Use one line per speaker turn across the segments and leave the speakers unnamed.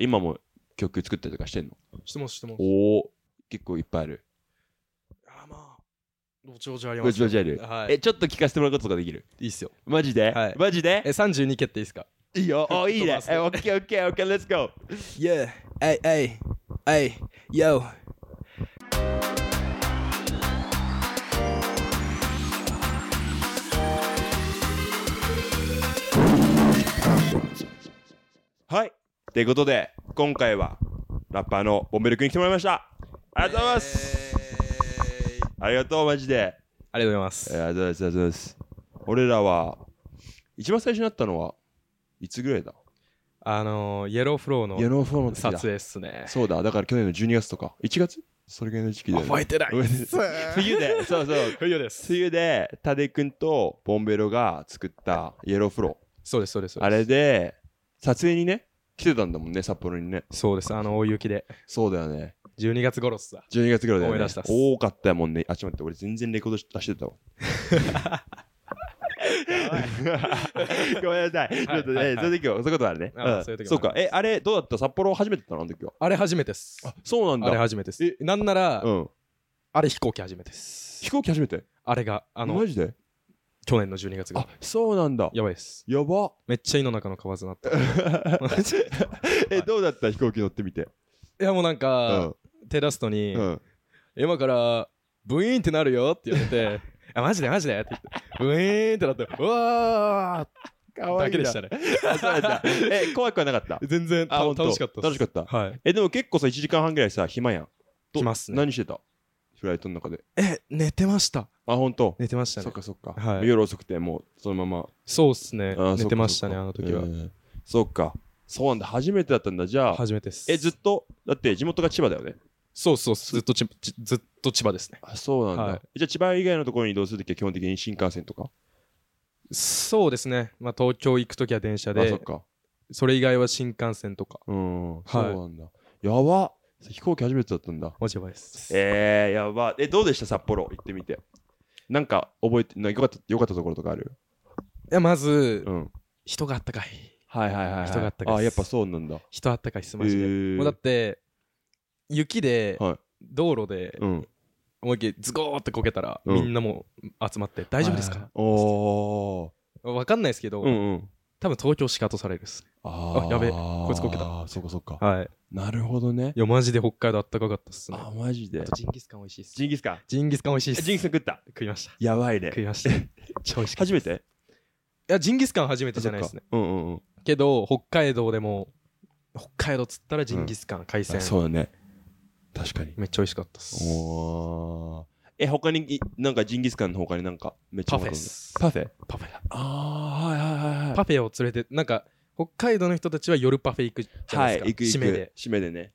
今も曲作ったりとかしてんの
してます、してます。
おお結構いっぱいある。
あ、まあ、後々あり
ご
ま
ちご
す。
ちある。
はい。
え、ちょっと聞かせてもらうこととかできる
いいっすよ。
マジで、
はい
マジで
え、32蹴っていいっすか
いいよ。おいいね。
飛ばす
えオッケーオッケーオッケー、レッツゴー。
?Yeah, ay, ay, ay, yo.
はい。ということで、今回はラッパーのボンベル君に来てもらいました。ありがとうございます。ありがとう、マジで。
ありがとうございま
えー
す。
ありがとうございます、ありがとうございます。俺らは、一番最初になったのは、いつぐらいだ
あのー、イエローフロー
イエ
の
ローフォーの時だ
撮影っすね。
そうだ、だから去年の12月とか、1月それぐらいの時期で、
覚えてないっす。
冬で、そうそう。
冬です。
梅雨で、タデ君とボンベロが作ったイエローフロ
そうです、そうです。そう
ー。
です
あれで、撮影にね、来てたんだもんね、札幌にね。
そうです、あの、大雪で。
そうだよね。
12月頃っすわ。
12月ぐらいだよね。
思い出したっす
多かったもんね。あ、ちょっと待って、俺全然レコード出してたわ。ごめんなさい。ちょっとね、
はいはい
そういう時は、そういうことはあるね。
あ
うん
そういう時も
そうか。え、あれ、どうだった札幌初めてだったのあの時は。
あれ初めてっす。
そうなん
あれ
だ。
初めてっす
え。
なんなら
う、ん。
あれ飛行機初めてっす。
飛行機初めて
あれが、あの
マ、ジで
去年の12月が
あ。、そうなんだ。
やばいっす。
やば。
めっちゃ井の中の蛙にな った。
え、どうだった飛行機乗ってみて。
いやもうなん
う
か、
ん。
手出すとに、
うん。
今からブイーンってなるよって言われ てあマジでマジでって言ってブイーンってなってうわ
か
ーだけでした
ね。
ね
あそうなんだ え、怖くはなかった。
全然た
あ、ほんと
楽しかった
楽しかった。
たはい
え、でも結構さ、1時間半ぐらいさ、暇やん。と
来ますね
何してたフライトの中で。
え寝てました
あ、ほんと。
寝てました
そっ
ね
かそっか。
はい
夜遅くて、もうそのま
そうっすね
ま。あ
寝てましたねあの時。は
そっかそっかうんそっか。そうなんだ。初めてだったんだ。じゃあ、
初めてです
え、ずっと、だって地元が千葉だよね。
そうそうずっとちちずっと千葉ですね
あ、そうなん
は
だ
い。
じゃあ、千葉以外のところに移動するときは基本的に新幹線とか。
そうですねまあ東京行く時は電車
あ、そ
で
っか。
それ以外は新幹線とか
うん。そうなんだ。やば。飛行機初めてだったんだ。
マジやばいです
えー、やば。え、どうでした札幌行ってみて。なんか覚えて、なんかよかった、よかったところとかある
いやまず
うん。
人があったかい
はいはいはい、はい。
人があったかいっす
あ、やっぱそうなんだ。
人あったかいっすマジ
え
で
ー
もうだって雪で
はい
道路で
うん。
思いっきりズゴーってこけたら、
うん
みんなもう集まって大丈夫ですか、
おー。
わかんないですけど、
うんうん。
多分東京シカトされるっす
あー
あやべこいつこけた
あーそうかそうか。
はい
なるほどね
い。やマジで北海道あったかかったっすね
あ、マジで
あ。とジンギスカン美味しいっす
ジンギスカン。
ジンギスカン美味しいっす
ジンギスカン食った。
食いました
やばいね
食。いました 超美味しかっ
初
た
めて
いやジンギスカン初めてじゃないですね。
そっかうんうんうん。
けど北海道でも北海道っつったらジンギスカン、海鮮
あそうだね。確かに。
めっちゃ美味しかったっす
おー。え、他にい、なんかジンギスカンの他になんかめっちゃ
パ
うま
フ
かっ
ェったす
パフェ
パフェだ
ああ、はいはいはいはい。
パフェを連れてなんか北海道の人たちは夜パフェ行くじゃない
は
で
い、
すか、
行く行く。
締めで。
締めでね。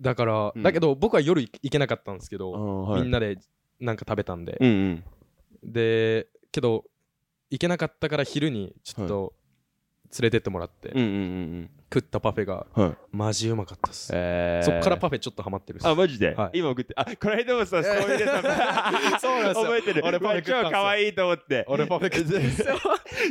だから、
うん
だけど僕は夜行けなかったんですけど、
み
みん
な。
なでなんか食べたんで
う、んうん。
でけど行けなかったから昼にちょっと連れてってもらって、
うんうん
食ったパフェが
うんうん。はい。
マジうまかったっす、
え
そっからパフェちょっとハマってるっす
あ、マジで
はい、
今送って。あ、この間もさ、ストーリーでさ
そうなんですよ
覚えてる。
俺パフェ食ったんすよ
超可愛いと思 って。
俺パフェ食ってるっすよ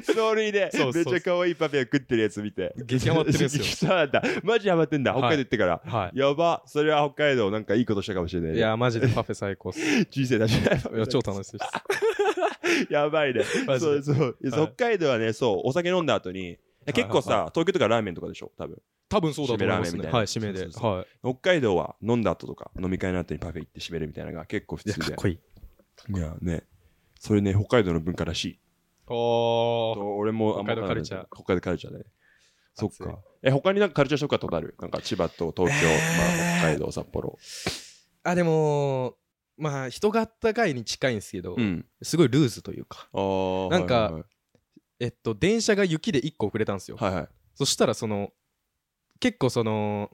ストーリーで
そう、
め
そう
っちゃ可愛いパフェを食ってるやつ見て。
激ハマってるんですよ
そうなんだ。マジハマってんだ。
はい
北海道行ってから。
は
やば。それは北海道なんかいいことしたかもしれない
い
ね。
いやマジでパフェ最高っすい
人生だし。
や 超楽しいっす
やばいね。
マジ
そう
で
そう。
い
北海道はね、そう、お酒飲んだ後に、結構
はいは
さ、東京とかラーメンとかでしょ、多分。
多分そうだと思います
締めラーメンみ
ね
たいな
はい締めで
そうそうそ
はい
北海道は飲んだ後とか飲み会の後にパフェ行って締めるみたいなのが結構普
いや
通
かっ
で
こいい
いやねそれね北海道の文化らしい
おー
と俺もあんま
北海道カルチャー
北海道カルチャーだねそっ
熱い
かえ他になんかカルチャーショックあったことあるなんか千葉と東京、まあ、北海道札幌
あでもまあ人があったかいに近いんですけど、
うん
すごいルーズというか
あー
なんか
はい
えっと電車が雪で1個遅れたんですよ
はいはい
そしたらその結構その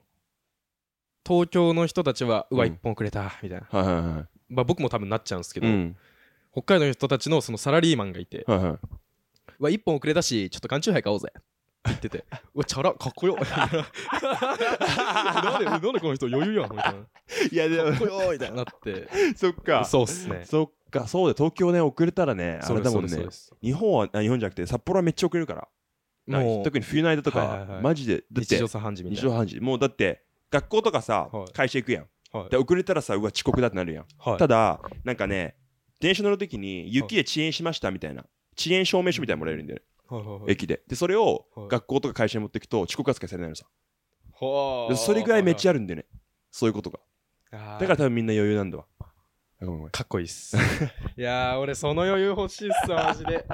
東京の人たちはうわ
うん
一本遅れたみたいな、
はいはいはいはい
まあ僕も多分なっちゃうんですけど、
うん
北海道の人たちのそのサラリーマンがいて
はいはいう
わ一本遅れたしちょっと缶チューハイ買おうぜって言って てうわチャラかっこよなんでなんでこの人余裕やんみたい
いやで
な
も
かっこよみたいになって
そっか
そうっすね
そっかそうで東京ね遅れたらねあ
そう
れ
で
だ
す
も
そうんですそう
ね
です
日本はあ日本じゃなくて札幌はめっちゃ遅れるからなん
も
か
う
特に冬の間とか
はいはいは
はいマジでだっ
日
て
常茶飯事み
日
たい
常
な。
半時もうだって学校とかさ
はい
会社行くやん
はい
で遅れたらさうわ遅刻だってなるやん
はい
ただなんかね電車乗る時に雪で遅延しましたみたいな遅延証明書みたいなのもらえるんだよね
はいはいはい
駅ででそれを
はい
学校とか会社に持ってくと遅刻扱いされないのさ
は
で
あ
それぐらいめっちゃあるんだよねそういうことが
あー
だから多分みんな余裕なんだわあごめんごめん
かっこいいっす。 いやー、俺、その余裕欲しいっすわ、マジで。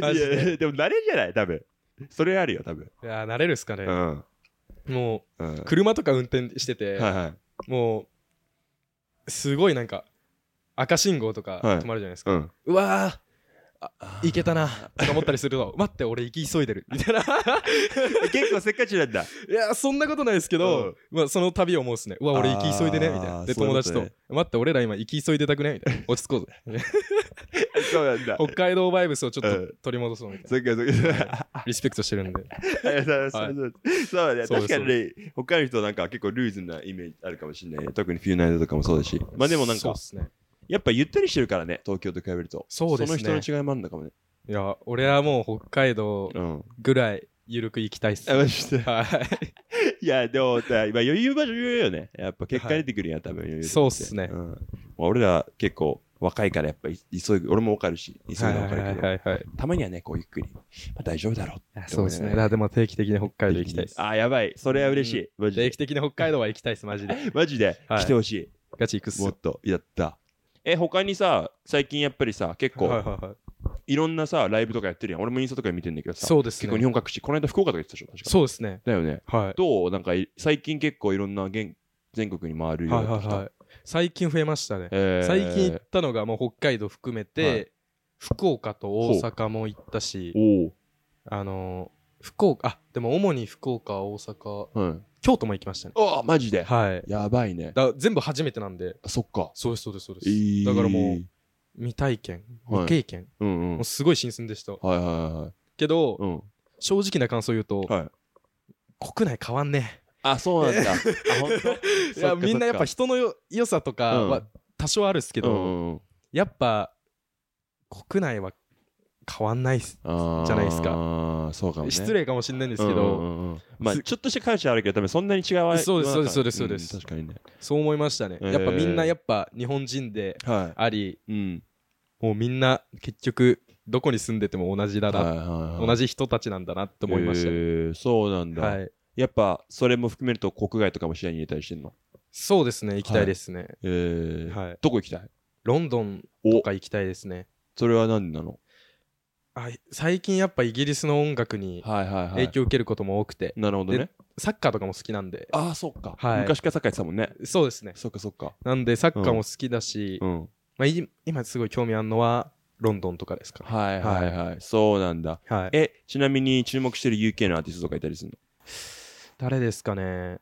マジで
いやでも慣れんじゃない多分それあるよ多分
いやー、慣れるっすかね
う。ん
も
うん
う、車とか運転してて、
はいはい
もう、すごいなんか、赤信号とか
はい
止まるじゃないですか。
うん
うわー、いけたな、とか思ったりすると、待って、俺、行き急いでる、み たいな。
結構せっかちなんだ
いやー、そんなことないですけど、まあ、その旅を思うっすね。うわ、俺、行き急いでね、みたい
あー
な。で、
そういう
友
こと
達と、
ね
待って、俺ら今、行き急いでたくねみたいな。落ち着 こうぜ。
そうなんだ
北海道バイブスをちょっ
う
と取り戻そうみたいな。
そっかそっか
リスペクトしてるんで。
ありがとうございますそうだね
そう
確
です
かにね他の人なんか結構ルーズなイメージあるかもしれないね特に冬の間とかもそうだしまあでもなん
そう
か
っすね。
やっぱゆったりしてるからね東京と比べると
そうですね
その人の違いもあるんだかもね
いや、俺はもう北海道
うん
ぐらい緩く行きたいっす。
あ
はい。
マジで いやでもだ今余裕は余裕よねやっぱ結果出てくるやん多分余裕
そうっすね
んまあ俺ら結構若いからやっぱい急ぐ俺も分かるし急ぐ
はい
の分か
は
る
い
けど
はいはい。
たまにはねこうゆっくりまあ大丈夫だろう
あそうですね。だからでも定期的に北海道行きたいっす。
あやばいそれは嬉しいマジ
定
で
期的に北海道は行きたいっす、マジで。
マジで
は
来
い
てほしい
ガチ行くっす。
もっ
は
とやったえ他にさ最近やっぱりさ結
いは
構
いはい。
いろんなさライブとかやってるやん俺もインスタとかで見てんだけどさ
そうです
結構日
ね。
本各地この間福岡とか言ってたでしょ確か
そうですね。
だよね
は
どうなんかい最近結構いろんな現全国に回る
い。
よう
はい
にな
は
って
い
きた
はい。最近増えましたね。
えー
最近行ったのがもう北海道含め
は
て、福岡と大阪も行ったし、
お
あのー、福岡、あ、でも主に福岡、大阪、
おうん
京都も行きましたね。
あマジで
はい。
やばいね
だから全部初めてなんで、
そっか
そうですそうですそうです。だ
だ
からもう、未体験、
はい
未経験、
うんうん
もうすごい新鮮でした。
はいはいはい
けど、
うん
正直な感想言うと、
はい
国内変わんね
あそうなん だあ本
え。
当
いや、みんなやっぱ
知っ
人のよ良さとか
う
は多少あるっすけ
て
ど、やっぱ、国内は変わんないっす。じゃないですか
ああそうかもね
失礼かもしんないんですけど、
うんうんうんまあ
す
ちょっとした感謝あるけど多分そんなに違わない
そうですそうですそうですそうです
ん確かにね
そう思いましたね。
えー
やっぱみんなやっぱ日本人で
は
あり、
いうん
もうみんな結局、どこに住んでても同じだな、同
同
じ人たちなんだなって思いましたね、
そうなんだ
はい。
やっぱそれも含めると国外とかも試合に入れたりしてんの
そうですね、行きたいですね。
えー
はい、
どこ行きたい
ロンドンと
お
か行きたいですね。
それは何なの
あい最近やっぱイギリスの音楽に
はいはいは
影
い
響を受けることも多くて、
なるほどね
でサッカーとかも好きなんで
ああそっか
はい
昔から栄えてたもんね
そうですね
そっかそっか
なんでサッカーも好きだし、
うん
まあ、い今すごい興味あるのはロンドンとかですかね
はいはいはいそうなんだ
はいえ
えちなみに注目してる UK のアーティストとかいたりする
誰ですかね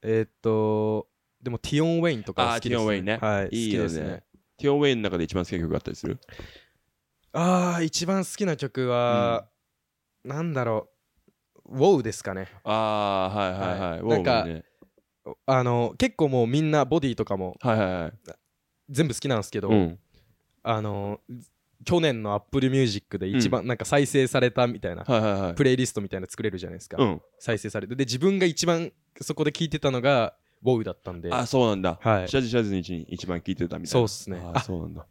えーっとでもティオン・ウェインとかは好きです、
あーティオンウェインね
はい
いいよね
好きですね
のティオンウェイの中で一番好きな曲があったりする
ああ一番好きな曲は、なんだろう「ウォウですかね
ああはいはいはい
はい
ウォーム
なんか
ね
あの結構もうみんなボディとかも
はいはいはい
全部好きなんですけど、
うん
あの去年の Apple Music で一番なんか再生されたみたいな、
はいはいはい
プレイリストみたいなの作れるじゃないですか、
うん
再生されてで自分が一番そこで聴いてたのが WOW だったんで
あそうなんだ
はい
シャズシャズに一に一番聴いてたみたい
そう
な
っすね
あ
あ
そうなんだ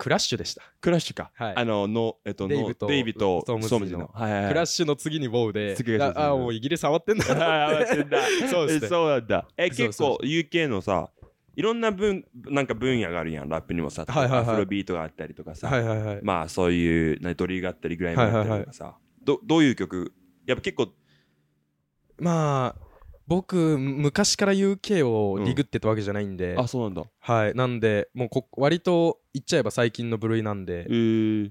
クラッシュでした、
クラッシュか
はい
あののえっとの
デイブと
デイビと
ストームズ
ストームズのはいはいはい
クラッシュの次に WOW で
次がそうですね
ああもうイギリス触 ってんだ
あー
な
待
っ
っててんだ
そうです
え
ね
そうなんだえ
そう
結
そう
構 UK のさいろんな分なんか分野があるやんラップにもさ
はいはいはい
アフロビートがあったりとかさ
はいはいはい
まあそういうなドリーがあったりグライムがあったりとかさどどういう曲やっぱ結構
まあ僕昔から UK をディグってたわけじゃないんで、
あそうなんだ
はいなんでもうこ割と言っちゃえば最近の部類なんで、
えー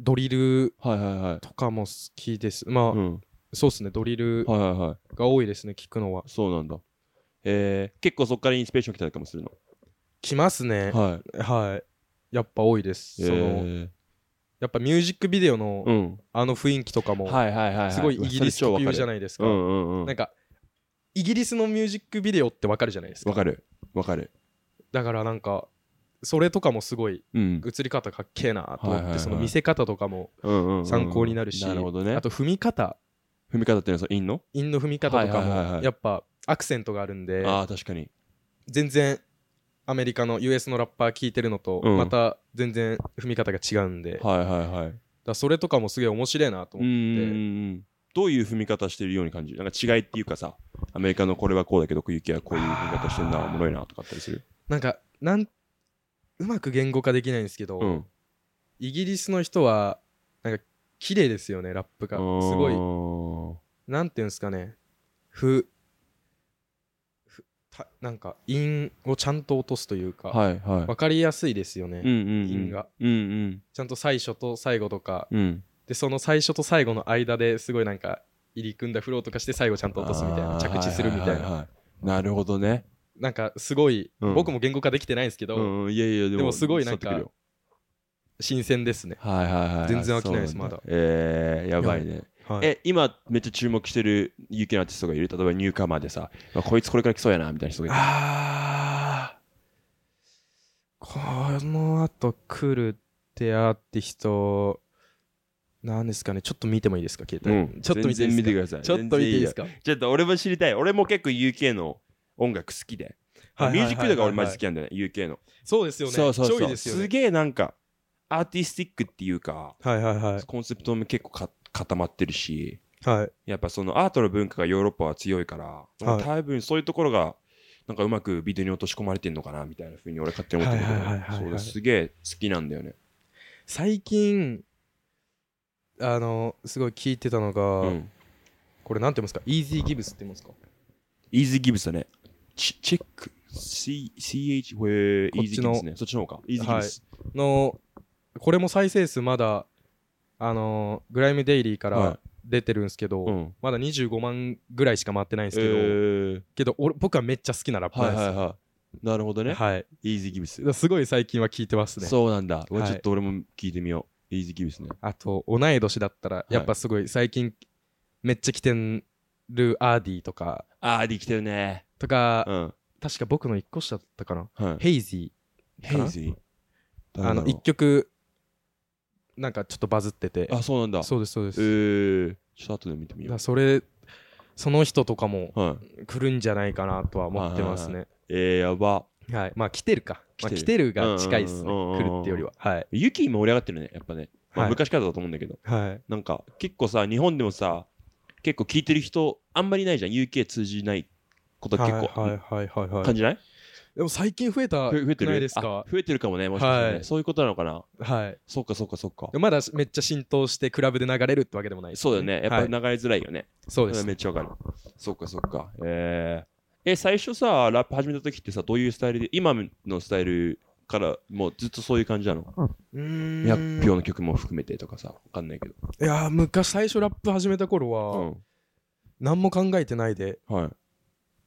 ドリル
はいはいはい
とかも好きですまあ、
うん
そうですねドリル
はいはいはい
が多いですね聞くのは
そうなんだえー結構そっからインスピレーション来たりとかもするの
来ますね
はい
はい。やっぱ多いです。その
えー
やっぱミュージックビデオの
うん
あの雰囲気とかも、
いはいは
すごいイギリス特有じゃ
ない
ないです
う
か。
んうんうん
なんか、イギリスのミュージックビデオってわかるじゃないです
わ
か。
かるわかる
だからなんか、それとかもすごい
うん
映り方かっけえなと
はいはい
思っ
はい
てその見せ方とかも
うんうんうん
参考になるし
なるほどね
あと踏み方
踏み方っていうのはそのインの
陰の踏み方とか
はいはいはいは
も
い
やっぱアクセントがあるんで
ああ確かに
全然アメリカの US のラッパー聞いてるのと
うん
また全然踏み方が違うんでだか
はいはいはい
らそれとかもすげえ面白いなと
うんう
思
んう
って
んどういう踏み方してるように感じるなんか違いっていうかさアメリカのこれはこうだけどユキはこういう踏み方してんな
あー
おもろいなとかあったりする
なんかなんうまく言語化できないんですけど、
うん
イギリスの人はなんか綺麗ですよねラップがすご
い
いなんていうんですかねふふたなんか韻をちゃんと落とすというか、わ
はいはい
かりやすいですよね、
うんうんうん
韻が
うんうん
ちゃんと最初と最後とか
うん
でその最初と最後の間ですごいなんか入り組んだフローとかして最後ちゃんと落とすみたいな
あー
着地するみたい
は
な、
はははいなるほどね
なんかすごい、
うん
僕も言語化できてないんですけど、
うんうんいやいやで
で
も
もすごいなんか
伝わって
新鮮ですね、
くるよはいはいはい
全然飽きないです
そうなん
まだ
えーやばいね
はい
え今めっちゃ注目してる有機のアーティストがいる例えばニューカマーでさまあこいつこれから来そうやなみたいな人がいる
あーこの後来るってアーティスト、なんですかね、ちょっと見てもいいですか、携帯。
うん
ちょっと見てい
全
い
然
で
見てく
すか。
ださい
ちょっと見ていいですか。
ちょっと俺も知りたい俺も結構 UK の音楽好きで
はい
ミュージックとか俺マジ好
はいはいはい
きなんだよね UK の
そうですよね。
そうそう
ちょ
そ
いうですよ
す
ね。
げえなんかアーティスティックっていうか
はいはいはい。
コンセプトも結構か固まってるし
はい。
やっぱそのアートの文化がヨーロッパは強いから、
はい
多分そういうところがなんかうまくビデオに落とし込まれてんのかなみたいなふうに俺勝手に思ってるけ
はいはいはいはいはい
どそうですすげえ好きなんだよね。
最近、あの、すごい聞いてたの
う
が、
ん、
これなんて言いますか、イージーギブスって言いますか。
イージーギブスだね。チチェック。C- CH、ウェイ
こっ
ージ
ち
ーギ
の
ブスね。そっちの方か。イージーギブス。
の、これも再生数まだ、あの、グライムデイリーか
は
ら出てるんですけど、
うん。
まだ25万ぐらいしか回ってないんですけど、
えー
けど俺僕はめっちゃ好きなラッパ
はい
ーです。
は
はい
はい。なるほど
い
ね。イージーギブス
だか。らすごい最近は聞いてますね。
そうなんだ。うわ
はい
ちょっと俺も聞いてみよう。イージーギブスね。
あと、同い年だったら、
い
やっぱすごい最近めっちゃ来てるアーディとか、
あー、できてるね。
とか、
うん。
確か僕の一個下だったかな。
はい。
ヘイジ
ヘイジー
ー。あの、一曲、なんかちょっとバズってて。
あ、そうなんだ。
そうです、そうです。
えー、ちょっと後で見てみ
だ
よ
か
う
ら。それ、その人とかも
はい。
来るんじゃないかなとは思ってますね。
えー、やば。
はい。まあ来てるか。まあ
来
来
て
てるが近いですね。
うんうんうんう
来
ん
るってよりは。はい。
ユキも盛り上がってるね、やっぱね。まあ
はい
昔からだと思うんだけど。
はい。
なんか、結構さ、日本でもさ、結構聞いてる人、あんまりいないじゃん。UK 通じないこと結
はい
構
はいはいはいはい
感じない
でも最近増えた
ふ増えて
な
る
いですか
あ増えてるかもね、もしかしたら
は
ね。
い
そういうことなのかな。
はい
そっかそっかそっか。
まだめっちゃ浸透してクラブで流れるってわけでもないです
そうだよね。やっぱ
は
り
い
流れづらいよね。
そうです
めっちゃわかる。そっかそっか。えーえ、最初さ、ラップ始めた時ってさ、どういうスタイルで、今のスタイルからもうずっとそういう感じなの
うーん
100票の曲も含めてとかさ、わかんないけど。
いやー昔最初ラップ始めた頃は何も考えてないで
うん。はい。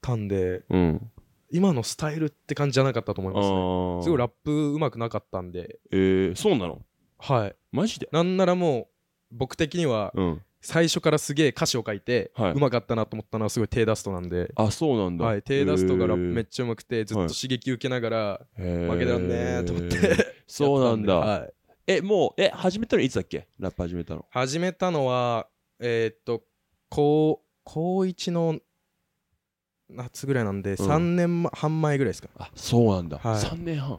たんで
うん。
今のスタイルって感じじゃなかったと思い
あ
ますね
ー
すごいラップうまくなかったんで
えー、そうなの
はい
マジで
なんならもう僕的には
うん。
最初からすげえ歌詞を書いて
はいう
まかったなと思ったのはすごい低ダストなんで
あ、そうなんだ。
はい低ダストがラップめっ
ち
ちゃうまくてずっと刺激受けながら
ゃ負
負けたんねーと思って。
そうなん
やってた
だ。
ではい
え、もう、え、始めたのいつだっけラップ始めたの。
始めたのはえーっと高高1の夏ぐらいなん
ん
で、3年半前ぐらいですか
あ、そうなんだ。
はい
3年半。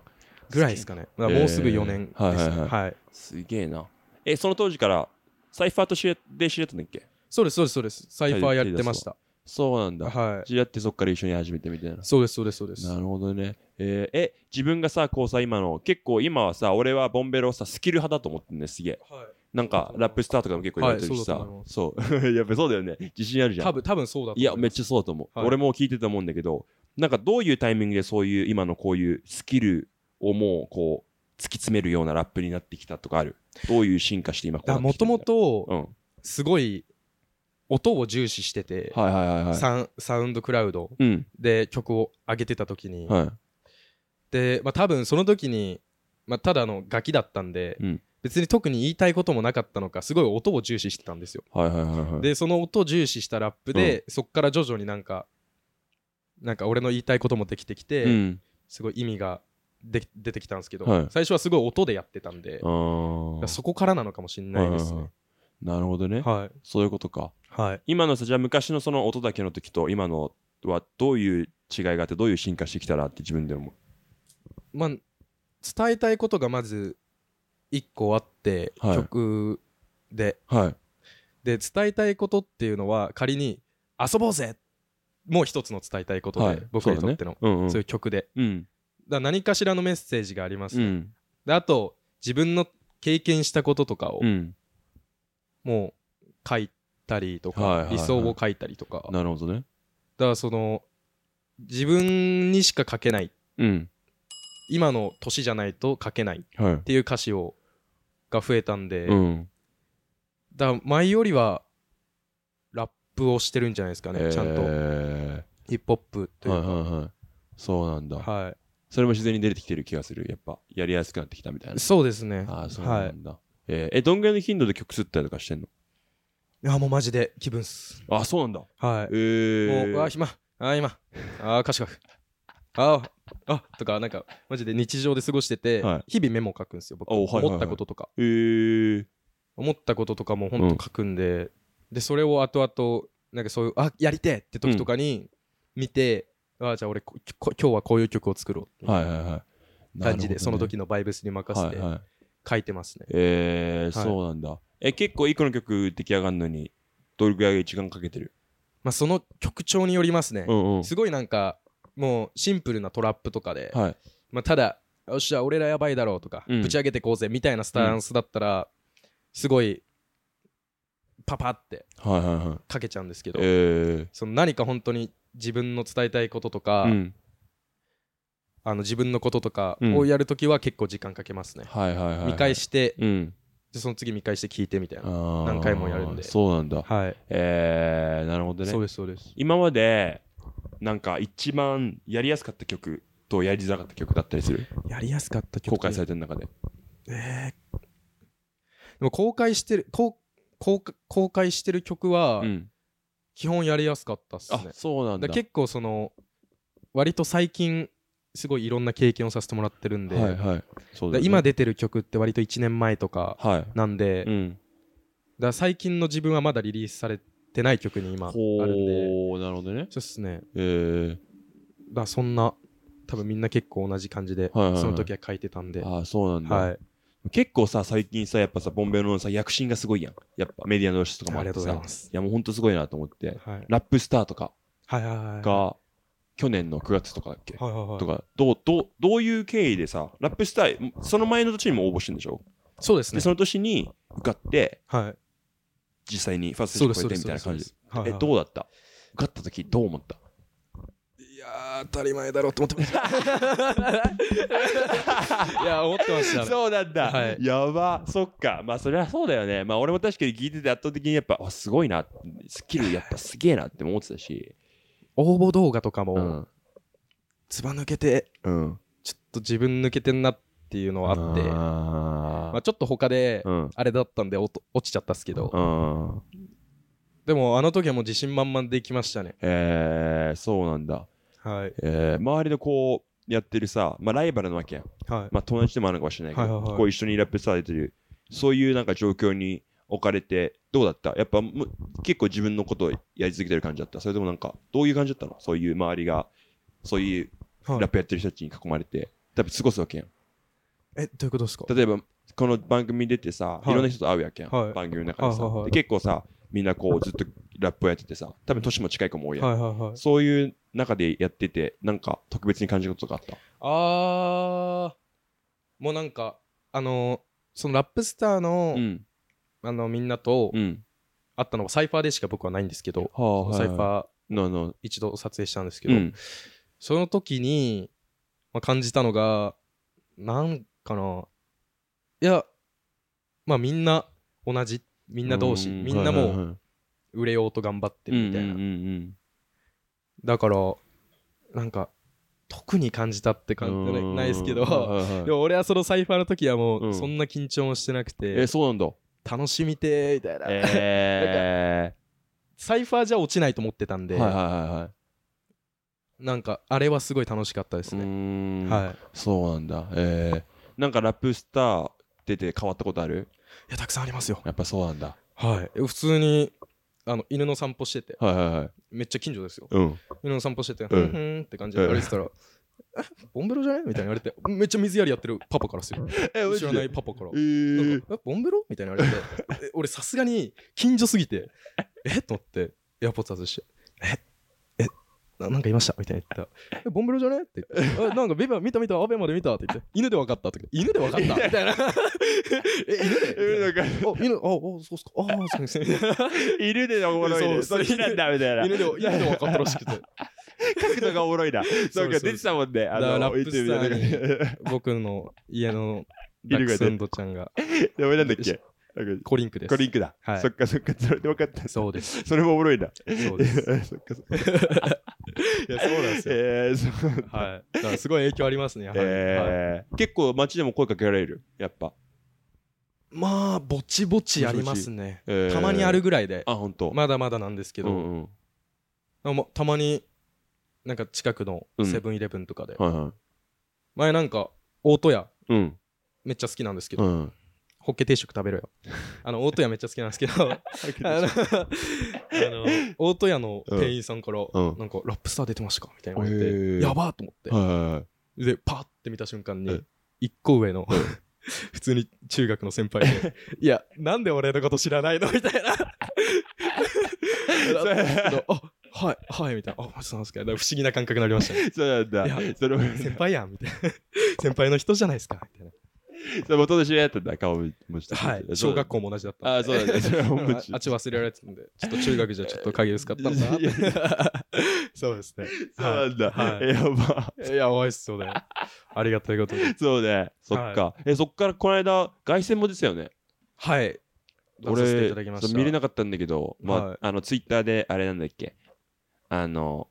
ぐらいです
か。
かねだからもうすぐ
えー
4年ですね、
はいはいはい
はい
すげえな。え、その当時から、サイファーと知り合で知り合ったんだっけ
そうですそうですそうですサイファーやってました
そうなんだ。
はい
知り合ってそっから一緒に始めてみたいな。
そうですそうですそうです
なるほどね。えーえ、自分がさ、こうさ、今の、結構今はさ、俺はボンベロをさ、スキル派だと思ってんね、すげえ。
は
なんか、ラップスターとかも結構言われてるしさ、
はい
そう、 やっぱそうだよね。自信あるじ
い
ゃ
多
ん。
分多分そうだと思
いや、めっ
ゃ
ちゃそうだと思う。
はい
俺も聞いてたもんだけど、なんかどういうタイミングでそういう、今のこういうスキルをもう、こう、突き詰めるようなラップになってきたとかあるどういう進化して今こうなって
も
きて
と
るん
も
だ
と
うん。
すごい音を重視してて、
はいはいはいはい。
サンサウンドクラウド
うん。
で曲を上げてた時に、
は
で、まあ、多分その時に、まあ、ただのガキだったんで、
うん
別に特に言いたいこともなかったのかすごい音を重視してたんですよ、
い。はいはいはいはい。
でその音を重視したラップで、そっから徐々になんかなんか俺の言いたいこともできてきて、
うん。
すごい意味がで出てきたんですけど、
はい
最初はすごい音でやってたんで、
あー
そこからなのかもしれないですね。
なるほどね、
はい。
そういうことか
はい。
今のさじゃあ昔のその音だけの時と今のはどういう違いがあってどういう進化してきたらって自分で思
まあ、伝えたいことがまず一個あって、
はい
曲で。
うはい
で、伝えたいことっていうのは仮に遊ぼうぜもう一つの伝えたいことで、
はい
僕にとっての。
うんうん
そういう曲で。
うん
だから何かしらのメッセージがあります、
うん
であと自分の経験したこととかを
うん
もう書いたりとか、
はいはいはい
理想を書いたりとかだか
なるほどね
らその自分にしか書けない
うん
今の年じゃないと書けないっ
はい
ていう歌詞をが増えたんで、
うん
だから前よりはラップをしてるんじゃないですかね、ちゃん
え
とヒップホップと
ー
いう
はい
か
はいはいそうなんだ、
はい、
それも自然に出てきてる気がするやっぱやりやすくなってきたみたいな
そうですね
ああそう
は
ないんだ、えーえどんぐらいの頻度で曲すったりとかしてんの
いやもうマジで気分っす
ああそうなんだ
はい
え
もう、
ー、
うわ、暇、あー、今、あー、歌詞書く。あー、あ、とか、なんか、マジで日常で過ごしてて、
はい
日々メモ書くんですよ、僕。
おはいはいはい
思ったこととか。
えー、
思ったこととかも、ほんと書くんで、で、それを後々、なんかそういう、あ、やりてえって時とかに見て、あー、じゃあ俺こ、こ今日はこういう曲を作ろうって
はいはいはい
感じで、その時
に
のバイブスに任せて
はいはい、
書いてますね。
えー
はい
そうなんだ。え、結構一個の曲出来上がるのに、どれぐらい時間かけてる
まあ、その曲調によりますね。
んうん。
すごいなんか、もうシンプルなトラップとかで、
はい。
まあ、ただ、よっしゃ、俺らやばいだろうとか、
うん
ぶち上げてこうぜみたいなスタンスだったら、すごい、パパって
はいはいはい。
かけちゃうんですけど、
え
その何か本当に自分の伝えたいこととか、
ー、うん。
あの自分のこととか
うん
をやるときは結構時間かけますね。
はいはいはいはい。
見返して、
うん。
でその次見返して聞いてみたいな。
何
何回もやるんで
そうなんだ。
はい、
えー、なるほど
そう
ね。
です、そうです。
今まで、なんか一番やりやすかった曲とやりづらかった曲だったりする
やりやすかった曲
公開されてる中で。
えーでも公開してる、公公開公開してる曲は、
うん。
基本やりやすかったっすね
あ。、そうなん
だ
だ。
から結構その割と最近すごいいろんな経験をさせてもらってるんで、
はい
だか
はい。そうだ
ら
よね
今、出てる曲って割と1年前とか
はい。
なんで、
う
だか
ん。
ら最近の自分はまだリリースされてない曲に今あるんで
ほー、なるほどね。
そうっすね
えー、
だからそんな多分みんな結構同じ感じで、
はいはいはい
その時は書いてたんで、は
あー、そうなん
い、
だ。結構さ、最近さ、やっぱさ、ボンベロのさ、躍進がすごいやん。やっぱメディアの露出とかも
あ
あっ
り
て
がと
さ。
うございます
や、もうほんとすごいなと思って。
はい
ラップスターとか
はいはいはいはい
が、去年の9月とかだっけ、
はいはいはい
とか、どう、どう、どういう経緯でさ、ラップスター、その前の年にも応募してんでしょ
そうです
で、
ね
その年に受かって、
はい
実際にファース
そう
ト
で
ス
す
テ
そう
ージ越えて
です
みたいな感じ
そうです。はい
え、
はい
どうだった受かった時どう思った
いやー当たり前だろうと思ってました いや思ってましたね
そうなんだ、
はい
やばそっかまあそりゃそうだよねまあ俺も確かに聞いてて圧倒的にやっぱあすごいなスキルやっぱすげえなって思ってたし
応募動画とかも、
うん
つば抜けて
うん
ちょっと自分抜けてんなっていうのはあってま
あ
あ、ちょっと他で
ー
あれだったんでおと落ちちゃったっすけど、
うん。うん。
でもあの時はもう自信満々できましたね
えー、そうなんだ。
はい
えー、周りのこう、やってるさ、まあライバルなわけやん。
はい
まあ友達でもあるのかもしれないけど、
はいはいはい
こう一緒にラップされてる、そういうなんか状況に置かれて、どうだったやっぱむ結構自分のことをやり続けてる感じだったそれともなんか、どういう感じだったのそういう周りが、そういう
はい
ラップやってる人たちに囲まれて、多分過ごすわけやん。
えどういうことですか
例えばこの番組出てさ、
はい
い、ろんな人と会うやけん、
はい
番組の中でさ、
はいはいは
で
い
結構さみんなこうずっとラップをやっててさ多分年も近い子も多いやん、
はいはいはい
そういう中でやっててなんか特別に感じることとかあっ
あーもうなんかあのーそのラップスター
た
の,、
ん
あのみんなと
うん
会ったのはサイファーでしか僕はないんですけど、
はあ
サイファー
ーのの
一度撮影したんですけ
う
ど、
ん
その時に、まあ、感じたのが、なんかな、いや、まあみんな同じ、みんな同士、
う
みんなも
はいうはいはい
売れようと頑張ってるみたいな。
うんうん
だから、なんか、特に感じたっ
う
て
ん
感じな
うん
ないですけ
は
ど、
いはいはい
でも俺はそのサイファーの時はも
う
うんそんな緊張もして なくて、
えそうなんだ
楽しみてーみたいな、
え
サイファーじゃ落ちないと思ってたんで、
ーはいはいはいはい
なんか、あれはすごい楽しかったです
うー
ね。
ん
はい。い
そうなんだ。えー、なんかラップスター出て変わったことある
や、たくさんありますよ。
やっぱそうなんだ。
はい。え普通に、あの、犬の散歩してて、
はいはいはい。
めっちゃ近所ですよ。
うん。
犬の散歩してて、ふ
うん
んふんって感じで
うん
歩いてたら、えボンベロじゃないみたいに言われて、めっちゃ水やりやってるパパからすよ。
え
知らないパパから
え。ー
なんかえボンベロみたいに言われて、え俺さすがに近所すぎて、えと思って、エアポッツ外して、ええななんかいましたみたいに言ったら、えボンベロじゃねって言って、あなんかベバ見た見た、アベまで見たって言って、犬で分かったって言って、犬で分かったみた いな。え、犬
犬
で
で
み
分か
たいなあ、犬、あ、あ、そうっすか。あ、そうですね。
いるでおもろいね。
そ
そうっちなんだみたいな。
犬で、犬で分かったらしくて。
角度がおもろいな。
そ
な
うんで
か
す
出てたもんね。あ
だからラ
の、
ップスターに
YouTube
僕の家のダ
犬
ッ
が出
クス
て
ンドちゃんが
で。名前なんだっけなんか
コリンクです。
コリンクだ
はい。
そっかそっか、それで分かった。
そうです。
それもおもろいな。
そう
え
です。
ーそっかそっか。
いや、そうなんですよ。
えーそう
はい。だからすごい影響ありますね、やはりはい
えー結構街でも声かけられる。やっぱ。
まあ、ぼちぼちありますね。
えー
たまにある。ぐらいで、
あ、ほんと。
まだまだなんですけ
う
ど、
んうん。
でもたまに、なんか近くの
うん
セブンイレブンとかで、
はいは
前なんか、大戸屋、
い。うん。
めっちゃ好きなんですけど、
うん。
ホッケ定食食べろよ。あの、大戸屋めっちゃ好きなんですけど、あの、あの大戸屋の店員さんから、
うん
なんか、ラップスター出てましたかみたいな言われ
へ
て、
ー
やばーと思って。
は
で、パーって見た瞬間
う
に
ん、
一個上の、 普通に中学の先 輩で、いや、なんで俺のこと知らないのみたいな。 あ、はい、はい、みたいな。あ、そうなんですか。だから不思議な感覚になりまし たね。
い。 そうなん
いや
だ。それも、
先輩やん、みたいな。先輩の人じゃないですか、みたい
それ元で知り合いだったんだ。顔もして。
な。はい。
そ
小
う
学校も同じだったんで。
あ、そうなんだ。それは
あ
もう
あっち忘れられてたんで、ちょっと中学じゃちょっと影薄かったんだなっ
いやいや
て。 そうですね。
そうなんだ。
はい
えやば。
いや、おいっすよね。ありがたいことに。
そうね。そっか。え、そっからこの間、凱旋もですよね。
はい。出させてい
俺、
ただきました
そう見れなかったんだけど、ま
はい
あ、あの、ツイッターで、あれなんだっけ。あの、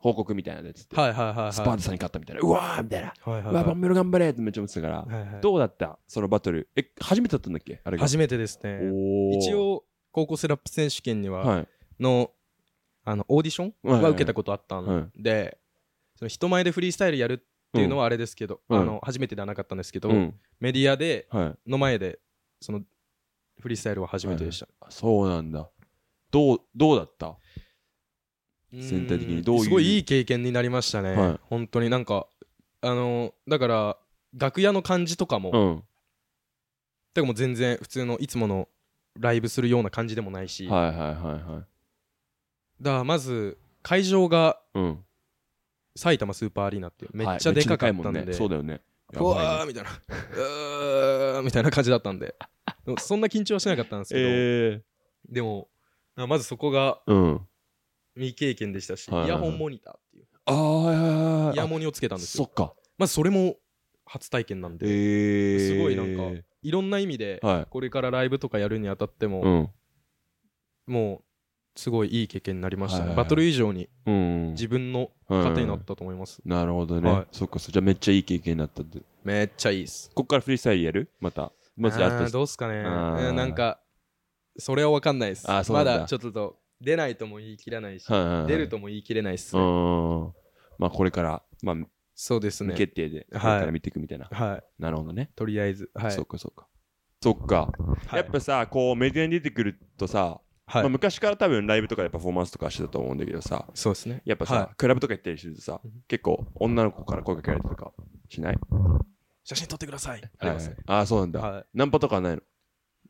報告みたいなのやつって。
はいはいはいはい。
スパータさんに勝ったみたいな。うわーみたいな。
はいは
う
いは
わ、
い
バンベロ頑張れってめっちゃ思ってたから。
はいはい
どうだったそのバトル。え、初めてだったんだっけあれが。
初めてですね。
おー
一、応、高校生ラップ選手権には、
はい。
の、あの、オーディション
はいはい
は受けたことあった
は
んで、その人前でフリースタイルやるっていうのはあれですけど、
うん
あの、初めてではなかったんですけど
う、ん。
メディアで、
はい。
の前で、その、フリースタイルは初めてでした。
あそうなんだ。どう、どうだった
うん
全体的にどういう
すごいいい経験になりましたね。
はい
本当になんか、あの、だから、楽屋の感じとかも、
うん。
てかもう全然普通のいつものライブするような感じでもないし、
はいはいはいはい。
だからまず、会場が
うん。
埼玉スーパーアリーナっていうめっちゃ
はい
でかかったん
め
で、
ちゃいもね。そうだよね。や
う
ばいね
わーみたいな、 うーみたいな感じだったんで、でもそんな緊張はしなかったんですけど、
え
でも、まあまずそこが
えうん。
未経験でしたし、
はいはい
イ
は
ヤ
い
ホンモニターっていう、
ああ、はいはいはい。
イヤモニをつけたんです
そ
よ。
っか。
まずそれも初体験なんで、
ええ
すごいなんか、いろんな意味で、
はい。
これからライブとかやるにあたっても、
うん。
もう、すごいいい経験になりましたね。
はいはいはい
バトル以上に
うん。
自分の糧になったと思います。
なるほどね。
はい
そっか、そっかじゃあめっちゃいい経験になったって。
めっちゃいいっす。
こっからフリースタイルやるまた。まずあ
あ
っ
ーどうっすかね。
あー
うんなんか、それは分かんないです。
あーそうな
ま
んだ
だちょっと出ないとも言い切らないし、
た。はいはいはい
出るとも言い切れないっす
う
ね、
ん。まあこれから、まあ
そうです
未
ね。
決定で、これ
はい
から見ていくみ たいな。
はい。
なるほどね。
とりあえず。はい。
そっかそっか。そっか。
はい
やっぱさ、こうメディアに出てくるとさ、
はい
まあ、昔から多分ライブとかでパフォーマンスとかしてたと思うんだけどさ、
そうですね。
やっぱさ、
はい
クラブとか行ったりするとさ
うん、
結構女の子から声かけられたりとかしない
写真撮ってください。ありますね。
ああ、そうなんだ、
は
ナンパとかはないの
い。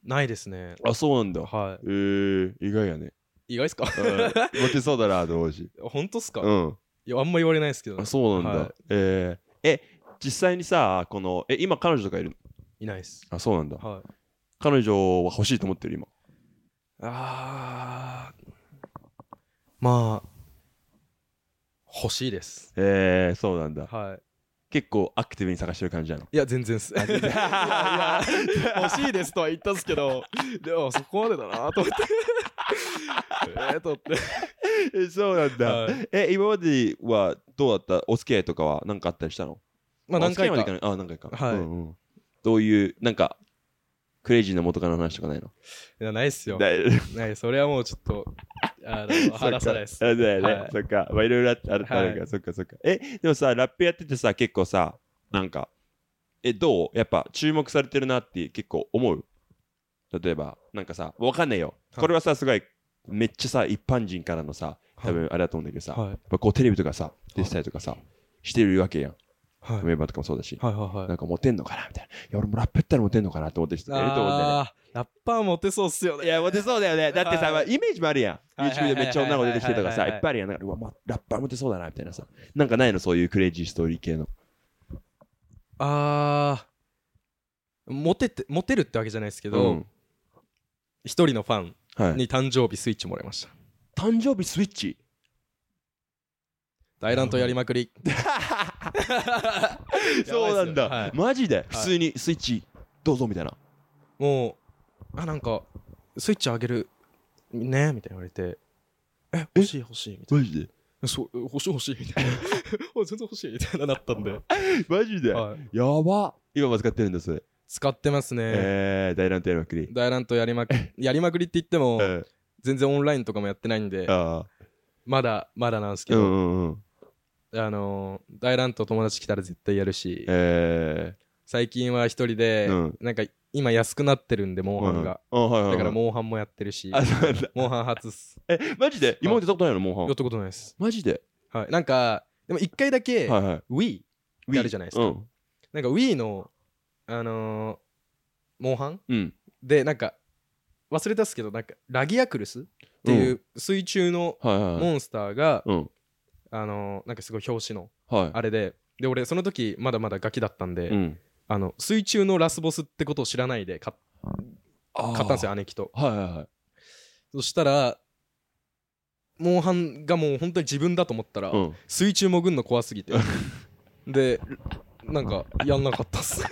ないですね。
あ、そうなんだ。
は
えー、意外やね。
い。意外っすか
うんモテそうだなと思う し。
本当っすか、
う
い
ん。
や、あんま言われないですけどね、
あ、そうなんだ。
はい
えー、え、実際にさ、この、え、今彼女とかいるの
いないっす。
あ、そうなんだ。
はい。
彼女は欲しいと思ってる今。
あー。まあ、欲しいです。
えー、そうなんだ。
はい。
結構アクティブに探してる感じなの。
いや、全然っす。いやいや欲しいですとは言ったんすけど、でもそこまでだなと思って。えーとって。
えそうなんだ、
はい
え今まではどうだったお付き合いとかは何かあったりしたの
まあ何回
お付き合いまでい
か。
かないあ何回か
はい
うんうんどういうなんかクレイジーな元カノの話とかないの
いやないっすよ。
だい
ない、それはもうちょっと、あの、話さないっす。
そっかあだよね、
はい
そっか。まあ、いろいろあったある
はい
から、そっかそっか。え、でもさ、ラップやっててさ、結構さ、なんか、え、どうやっぱ注目されてるなって結構思う例えば、なんかさ、わかんないよ。
はい
これはさ、すごい、めっちゃさ、一般人からのさ、多分あれだと思うんだけどさ、やっ
はい。
ぱこうテレビとかさ、出てたりとかさ、してるわけやん。
はい。はい
メンバーとかもそうだし。
はいはい
な。んかモテんのかなみたいな。いや、俺もラップやったらモテんのかなと思ってる人がいると思うんだよね。
あーラッパーモテそうっすよ
い
ね。
や、モテそうだよ ね。だってさ、
はい
まあイメージもあるやん。
はいはいは
YouTube
い
でめっちゃ女の子出てきてとかさ、
はいいはいはい
っぱいあるやん。なんか、うわ、まラッパーモテそうだな、みたいなさ。なんかないの、そういうクレイジーストーリー系の。
あーモテて、モテるってわけじゃないですけ
う
ど
ん、
一人のファン
はい。
に誕生日スイッチもらいました。
誕生日スイッチ
大乱闘 やりまくり。
そうなんだ。
はい
マジで普通にスイッチ、どうぞ、みたいな。
もう、あ、なんか、スイッチあげるねみたいな言われて、え、欲しい欲しいみたい
マジで
な。そう、欲しい欲しいみた いな。お全然欲しいみたいななったんで。
マジで
はい
やば。今も使ってるんだ、それ。
使ってますね。
えー、大乱闘やりまくり。
大乱闘やりまくり、やりまくりって言っても
う、ん
全然オンラインとかもやってないんで、
あ
まだ、まだなんです
ー
け
う
ど、
んうんうん。
あのー大乱闘友達来たら絶対やるし、
え
最近は一人で、
うん
なんか今安くなってるんで、
ー。
モンハンが。
うん。うんはいはいはい。
だからモンハンもやってるし、
あ、そうなんだ。
モンハン初っす。
え、マジで今までやったことないの、モン
や
ハ
っ
ン。
たことないです。
マジで
はい。なんか、でも一回だけ、
はいはい。
Wii
や
やるじゃないですか
うん。
なんか Wii の、あのーモンハン
うん。
で、なんか、忘れたっすけど、なんか、ラギアクルスっていう水中の
はいはいはい。
モンスターが、
うん。
あのーなんかすごい表紙の、
はい。
あれで、で、俺、その時、まだまだガキだったんで、
うん。
あの、水中のラスボスってことを知らないで、買っ
買
買ったんですよ、。姉貴と。
はいはいはい。
そしたら、モンハンがもう本当に自分だと思ったら、
うん。
水中潜るの怖 すぎて。で、なんか、やんなかった っす。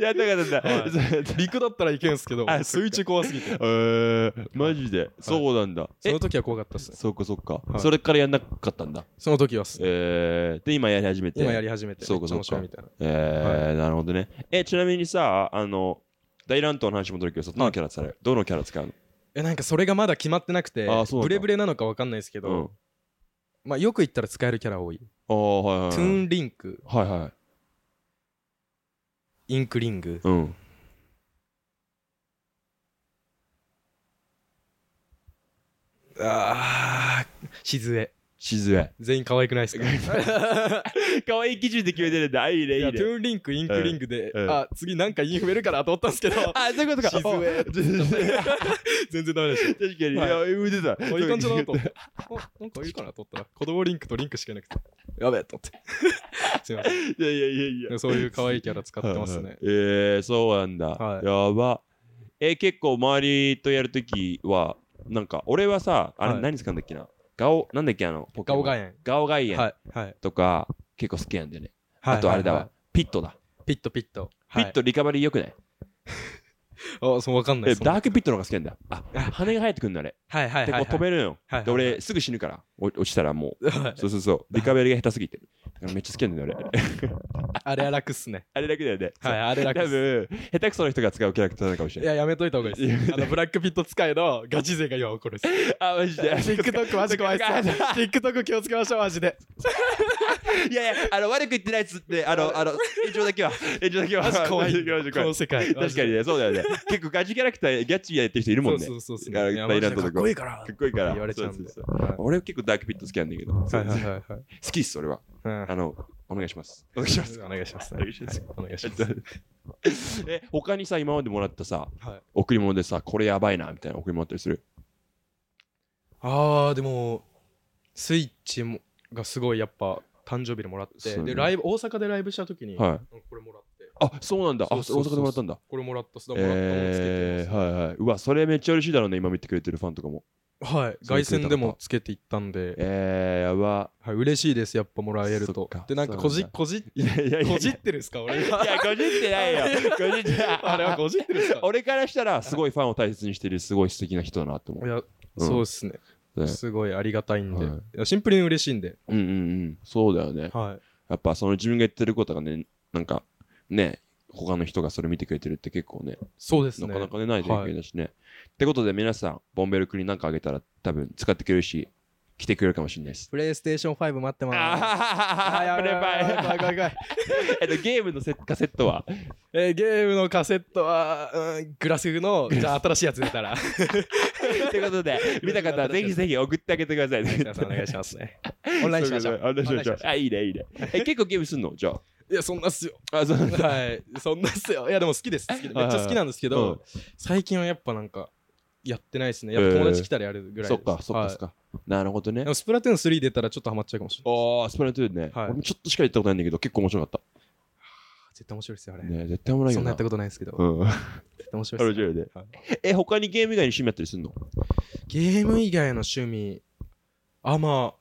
やったかった
はい陸だったらいけんすけど
あ、 そっか
水中怖すぎて。
えー、マジで。そうなんだ。
そ
え
の、時は怖かったっすね。
そっかそっか
は。い
それからやんなかったんだ。
その時はっす。
えー、で、今やり始めて。
今やり始めて、
そう
め
か
っちゃ
そう
面
か
白いみたいな。
えー、なるほどね。え、ちなみにさ、あの、大乱闘の話戻るけどさ、どのキャラ使うどのキャラ使う
え、なんかそれがまだ決まってなくて
あーそう、なんだ
ブレブレなのかわかんないですけ
のうん
ど、。まあよく言ったら使えるキャラ多い。
ああ、はいはい
ト
はい。
ゥーンリンク、
はいはい。
インクリング、
うん。
あー、しずえ。
しずえ。
全員可愛くないです か
可愛い基準で決めてるんだ。あ、いいね、
い
いい
や
ね
トゥ。ーンリンクインクリングで、
うん
あ次なんかインフメるからと思ったんですけど
あ、そういうことか。
しずえ全然ダメでし
確かに、
はい
い、や、見てた。
たこういう感じだなと思ってあなんかいるかなと思ったら子供リンクとリンクしかいなくてやべえと思ってすいません
いやいやいやいや。
そういう可愛いキャラ使ってます
はいは
ね
いえー、そうなんだ。
はい
やば。えー結構周りとやるときは、なんか、俺はさ、あれ、
はい
何使うんだっけな。ガオ、なんだっけ、あの、ポケ
ガ
モ
オ
ン
ガエン
ガオガイエ
は
ン
いはい
とか、結構好きなんだよね。
はい
あとあれだわ、
はいは
ピットだ。
いピットピット
ピットリカバリーよくない、
トあそうわかんない
え
です
ダークピットの方が好きなんだよ。あ、
あ
羽が生えてくんだ、あれ。
はいはい
で、
は
こう
い
飛べるのよ。
はいはい
で、俺、すぐ死ぬから、お落ちたらもう。
はい
そうそう そう。リカバリーが下手すぎてる。だからめっちゃ好きなんだよね、俺。
あれは楽っすね
あれだけだよね。
はいあれ楽
多
っす
分、下手くその人が使うキャラクターなのかもし
い
れない。
ややめといた方がいいですあのブラックピット使いのガチ勢が今怒るっす
あ、マジで。
TikTok マジ怖いっす TikTok 気をつけましょうマジで
いやいや、あの、悪く言ってないっつって、あの、あの、炎上だ けは、炎上だけは
マジ、怖い
炎上だけ
こ
は
の世界マ
確
ジ
か
で
にね、そうだよね。結構ガチキャラクター、ガチやってる人いるもんね。
そうそうそうそう。
だからいっぱいいらんとこ
やマジでかっこいいから
かっこいいから。
言われちゃうんで
そそそ俺結構ダークピット好きなんだけど。
はいはいはいはい
好きっす、俺は。
うん
あ。の、お願いします。お願いします。
お願いします。
お願いします
はいお願いしま す。
え、他にさ、今までもらったさ、
はい。
贈り物でさ、これやばいな、みたいな贈り物あったりする。
あー、でも、スイッチもがすごいやっぱ誕生日でもらっ
そう
て、
ね
で、ライブ、大阪でライブした時に、なんか
はい。
これもらって、
あ、そうなんだ。あ、大
そうそうそう
阪でもらったんだ。
これもらった、すだもらったものつけ
え
て
ー、
ま
はいはい。うわ、それめっちゃ嬉しいだろうね、今見てくれてるファンとかも。
す。はい。
それ
凱
つけたの
旋でもつけていったんで、
えー、やば。
はい、嬉しいです、やっぱもらえる
そっ
と
か。
で、なんかこ
そう
じ
なん、だ
こじ、
いやいやいや
こじってるんすか俺
い
が。
や、50ってないよ。50ってない
あれはこじってるんすか
俺からしたら、すごいファンを大切にしてる、すごい素敵な人だなと思。
いうや、
ん
そうですね。
ね
すごいありがたいんで、
はい
いやシンプルに嬉しいんで、
うんうんうん。そうだよね。
は
やっぱその自分が言ってることがね、なんか、ね、他の人がそれ見てくれてるって結構ね、
そうです
な
ね。
かなかね、ない経験だしね。ってことで皆さん、ボンベル君に何かあげたら多分使ってくれるし、来てくれるかもしれないです。
プレイステーション5待ってます。あ
あ
やばいやばいやばいやばいやばい
えっと、ゲームのセッカセット は、
えーゲームのカセットは、うんグラス の、じゃあ新しいやつ出た ら、
ってことで、見た方はぜひぜひ送ってあげてくださいね。
皆さんお願いしますね。 オンラインしましょう。
あオンラインしましょうあ、いいね、いいね。え、結構ゲームすんのじゃ
いや、そんなっすよ。
あ。 あ、そうなんだ。
はい。そんなっすよ。いや、でも好きです。好きでめっちゃ好きなんですけ
はいはいは、
ど最近はやっぱなんか、やってないですね。やっぱ友達来たらやるぐらい
そ
です。
っか、そっ
は
か、
い
そっか。なるほどね
で。もスプラトゥーン3出たらちょっとハマっちゃうかもしれない。
ああ、スプラトゥーンね。
はい
俺もちょっとしかやったことないんだけど、結構面白かっ
絶対面白いですよ、あ
た。
れ。
ね、絶対おもろい
そ
よ
んな
な。
やったことないですけど、
うん。面
絶対面白いです
白
よ。
いね
はい。
え、他にゲーム以外に趣味やったりすんの
ゲーム以外の趣味、あ、ま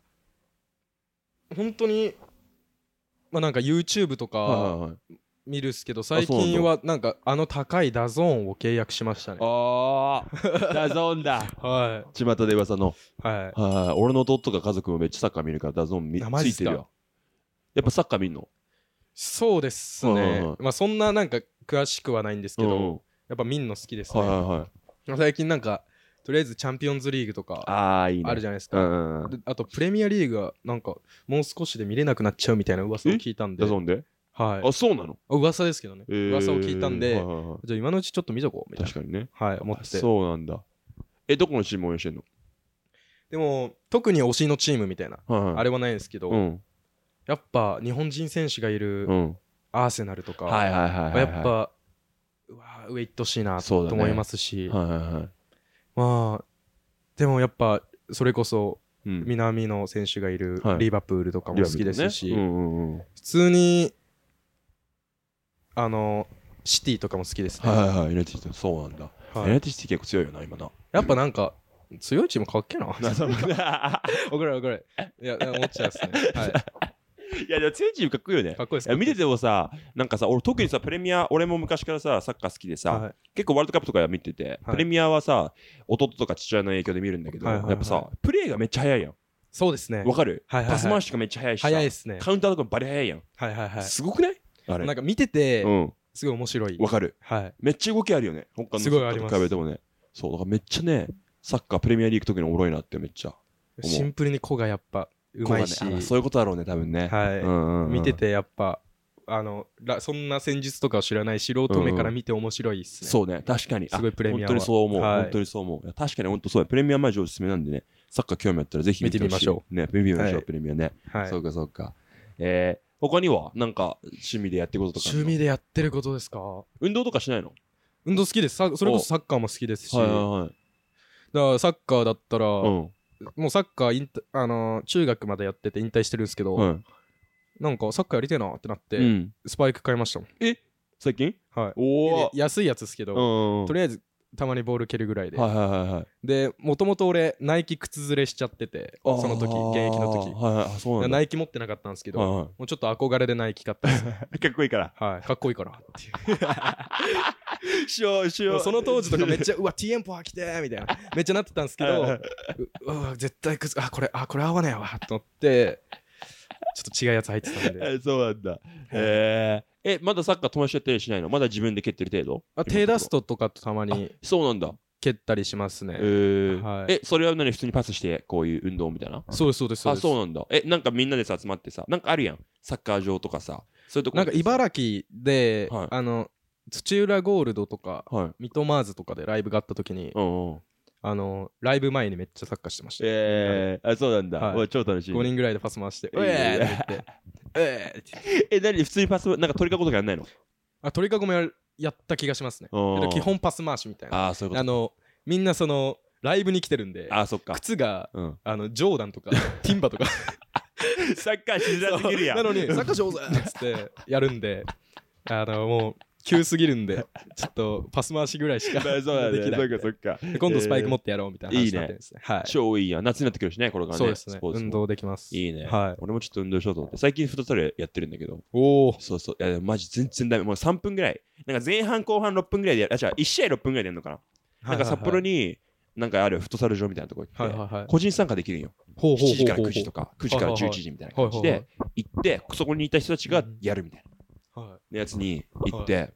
あ、本当に、まあなんか YouTube と
はい
か
はいはい。
見るっすけど、
うなん
最
だ
近はなんかあの高いダゾーンを契約しましたね。
あ あ、ダゾーンだ。
は
巷で噂の。
い。はい。
はい。俺の弟とか家族もめっちゃサッカー見るから、ダゾーン見つ
あマジっ
い
す
て
か
るよ。やっぱサッカー見んの
そうです
はいはい
ね
はい。
まあそんななんか詳しくはないんですけ
うん
ど、やっぱ見んの好きです
はいはい
ね。
はい。
まあ最近なんか、とりあえずチャンピオンズリーグとか
ああ、いいね。
あるじゃないです
う
か。
んうんうん。
であとプレミアリーグはなんかもう少しで見れなくなっちゃうみたいな噂を聞いたんで
ダ、ゾーンで
はい
あ、そうなの
あ、噂ですけどね、
えー
噂を聞いたんで、
はいはいはい
じゃあ今のうちちょっと見とこうみたい
確かにね。
な、はい、思ってて
そうなんだ。え、どこのチーム応援してんの
でも特に推しのチームみたいな、
はいはい
あれはないんですけど、
うん。
やっぱ日本人選手がいる
うん。
アーセナルとか、
はいはいはいはい。
やっ、ぱうわ上行ってほしいなと
そうだね
思いますし、
はいはいはい。
まあでもやっぱそれこそ
うん
南の選手がいる
はい
リバプールとかも好きですし、
リバプールねうんうんうん
普通にあのシティとかも好きですね、
はいはいはい、ユナイティシティそうなんだ。
はい
ユナイティシティ結構強いよな、今な。
やっぱなんか強いチームかっけえな
い
怒られ怒られいや思っちゃうですね、はい
や、でも強いチームかっこいいよね
か。っこいいです
いや見て
て
てもさ、なんかさ、俺特にさ、プレミア、俺も昔からさ、サッカー好きでさ、
はい、
結構ワールドカップとか見てて、
はい
プレミアはさ、弟とか父親の影響で見るんだけど、
はいはいはい
やっぱさ、プレーがめっちゃ速いやん。
そうですね
わかる、
はいはいはい
パス回しとかめっちゃ速いしさ、
早いですね
カウンターとかもバリ速いやん。
はいはいはい
すごくないあれ。
なんか見てて
うん、
すごい面白い、
わかる。
はい
めっちゃ動きあるよね。他の
すごいあります
サッカーと比べてもね。そう、だからめっちゃね、サッカー、プレミアリーグ特におもろいなってめっちゃ。思う
シンプルに子がやっぱうまいし、
ここがねあそういうことだろうね、多分ね。
はい
うんうんうん
見ててやっぱあのらそんな戦術とかを知らない素人目から見て面白いっすね、
そうね、確かに。あ
すごいプレミアは
本当にそう思う。
はい
本当にそう思ういや。確かに本当そうや。プレミアマジおすすめなんでね、サッカー興味あったらぜひ見てほしい
見てみましょ
う。ね、見てみましょう、
はい
プレミアね。
はい
そうか、そうか。えー、他には、なんか、趣味でやってることとかあるの。
趣味でやってることですか
運動とかしないの
運動好きですさそれこそサッカーも好きですし、
はいはいはい。
だからサッカーだったら、
うん。
もうサッカー引退あのー中学までやってて引退してるんですけど、
は
なんかサッカーやりてえなってなって、
い。うん。
スパイク買いましたもん
最近
はい
おお。
で安いやつですけど、
うん。
とりあえずたまにボール蹴るぐらいで、
はいはいはいはい。
でもともと俺ナイキ靴ずれしちゃってて
あー
その時現役の時
はいはいあ、そうなんだ。
ナイキ持ってなかったんですけど、
はい
も
は
うちょっと憧れでナイキ買ったん ですよ
い。かっこいい から。
はいかっこいいからっていう
しようし
も
よ
う
う。
その当時とかめっちゃうわティエンポー来てーみたいなめっちゃなってたんですけど
はいう
うわ絶対靴あこれあこれ合わねえわと思ってちょっと違うやつ入ってたんで
え そうなんだ。えー、え、まだサッカー友達とやったりしないのまだ自分で蹴ってる程度
あ手出す。ととかとたまに
そうなんだ。
蹴ったりしますね、
えー
はい
え、それは何普通にパスして、こういう運動みたいな
そうですそうですそう
あ、
です
そうなんだ。え、なんかみんなでさ、集まってさ、なんかあるやん。サッカー場とかさ。そういうとこ
なんか茨城で、
はい
あの土浦ゴールドとか
城。はい。
ミトマーズとかでライブがあった時に、
うんうん。
あのライブ前にめっちゃサッカーしてました、
えー、あ、そうなんだ。
はいう
わ超楽しい
5。人ぐらいでパス回して「
え
う
ー
えー!」って言って「うえー!」って言って
え、何普通にパス、なんか鳥かごとかやんないの
あ鳥かごもやるやった気がしますね
うん
けど基本パス回しみたいな
あー、そういうこ
あ
と。
のみんなそのライブに来てるんで
あー、そっか。
靴が
うん。
あのジョーダンとかティンバ とか
サッカーしづらすぎるやん。
なのに「サッカーしようぜ!」っつってやるんであのもう急すぎるんでちょっとパス回しぐらいしか
まあそうだ
で
ね。
きな
そ
い
っかそっか。
で今度スパイク持
も
ってやろうみたいな
い
話
い
に
ね
なってるんですねはい
超いいやん。夏になってくるしね、これからね。
そうですね
スポーツも
運動できます
いいね、
はい
俺もちょっと運動しようと思って、最近太トレやってるんだけど、
おお
そうそう、いやでもマジ全然ダメ、もう3分ぐらい、なんか前半後半6分ぐらいでやる、あ、違う、1試合6分ぐらいでやるのかな。なんか札幌に、なんかあるフットサル場みたいなとこ行って、
はいはいはい
個人参加できるんよ。
ほうほう
7時か
ほ
ら
うほう
9時とか、9時から11時みたいな感じ
はいはい
で、行って、そこにいた人たちがやるみたいな
はい
やつに行って、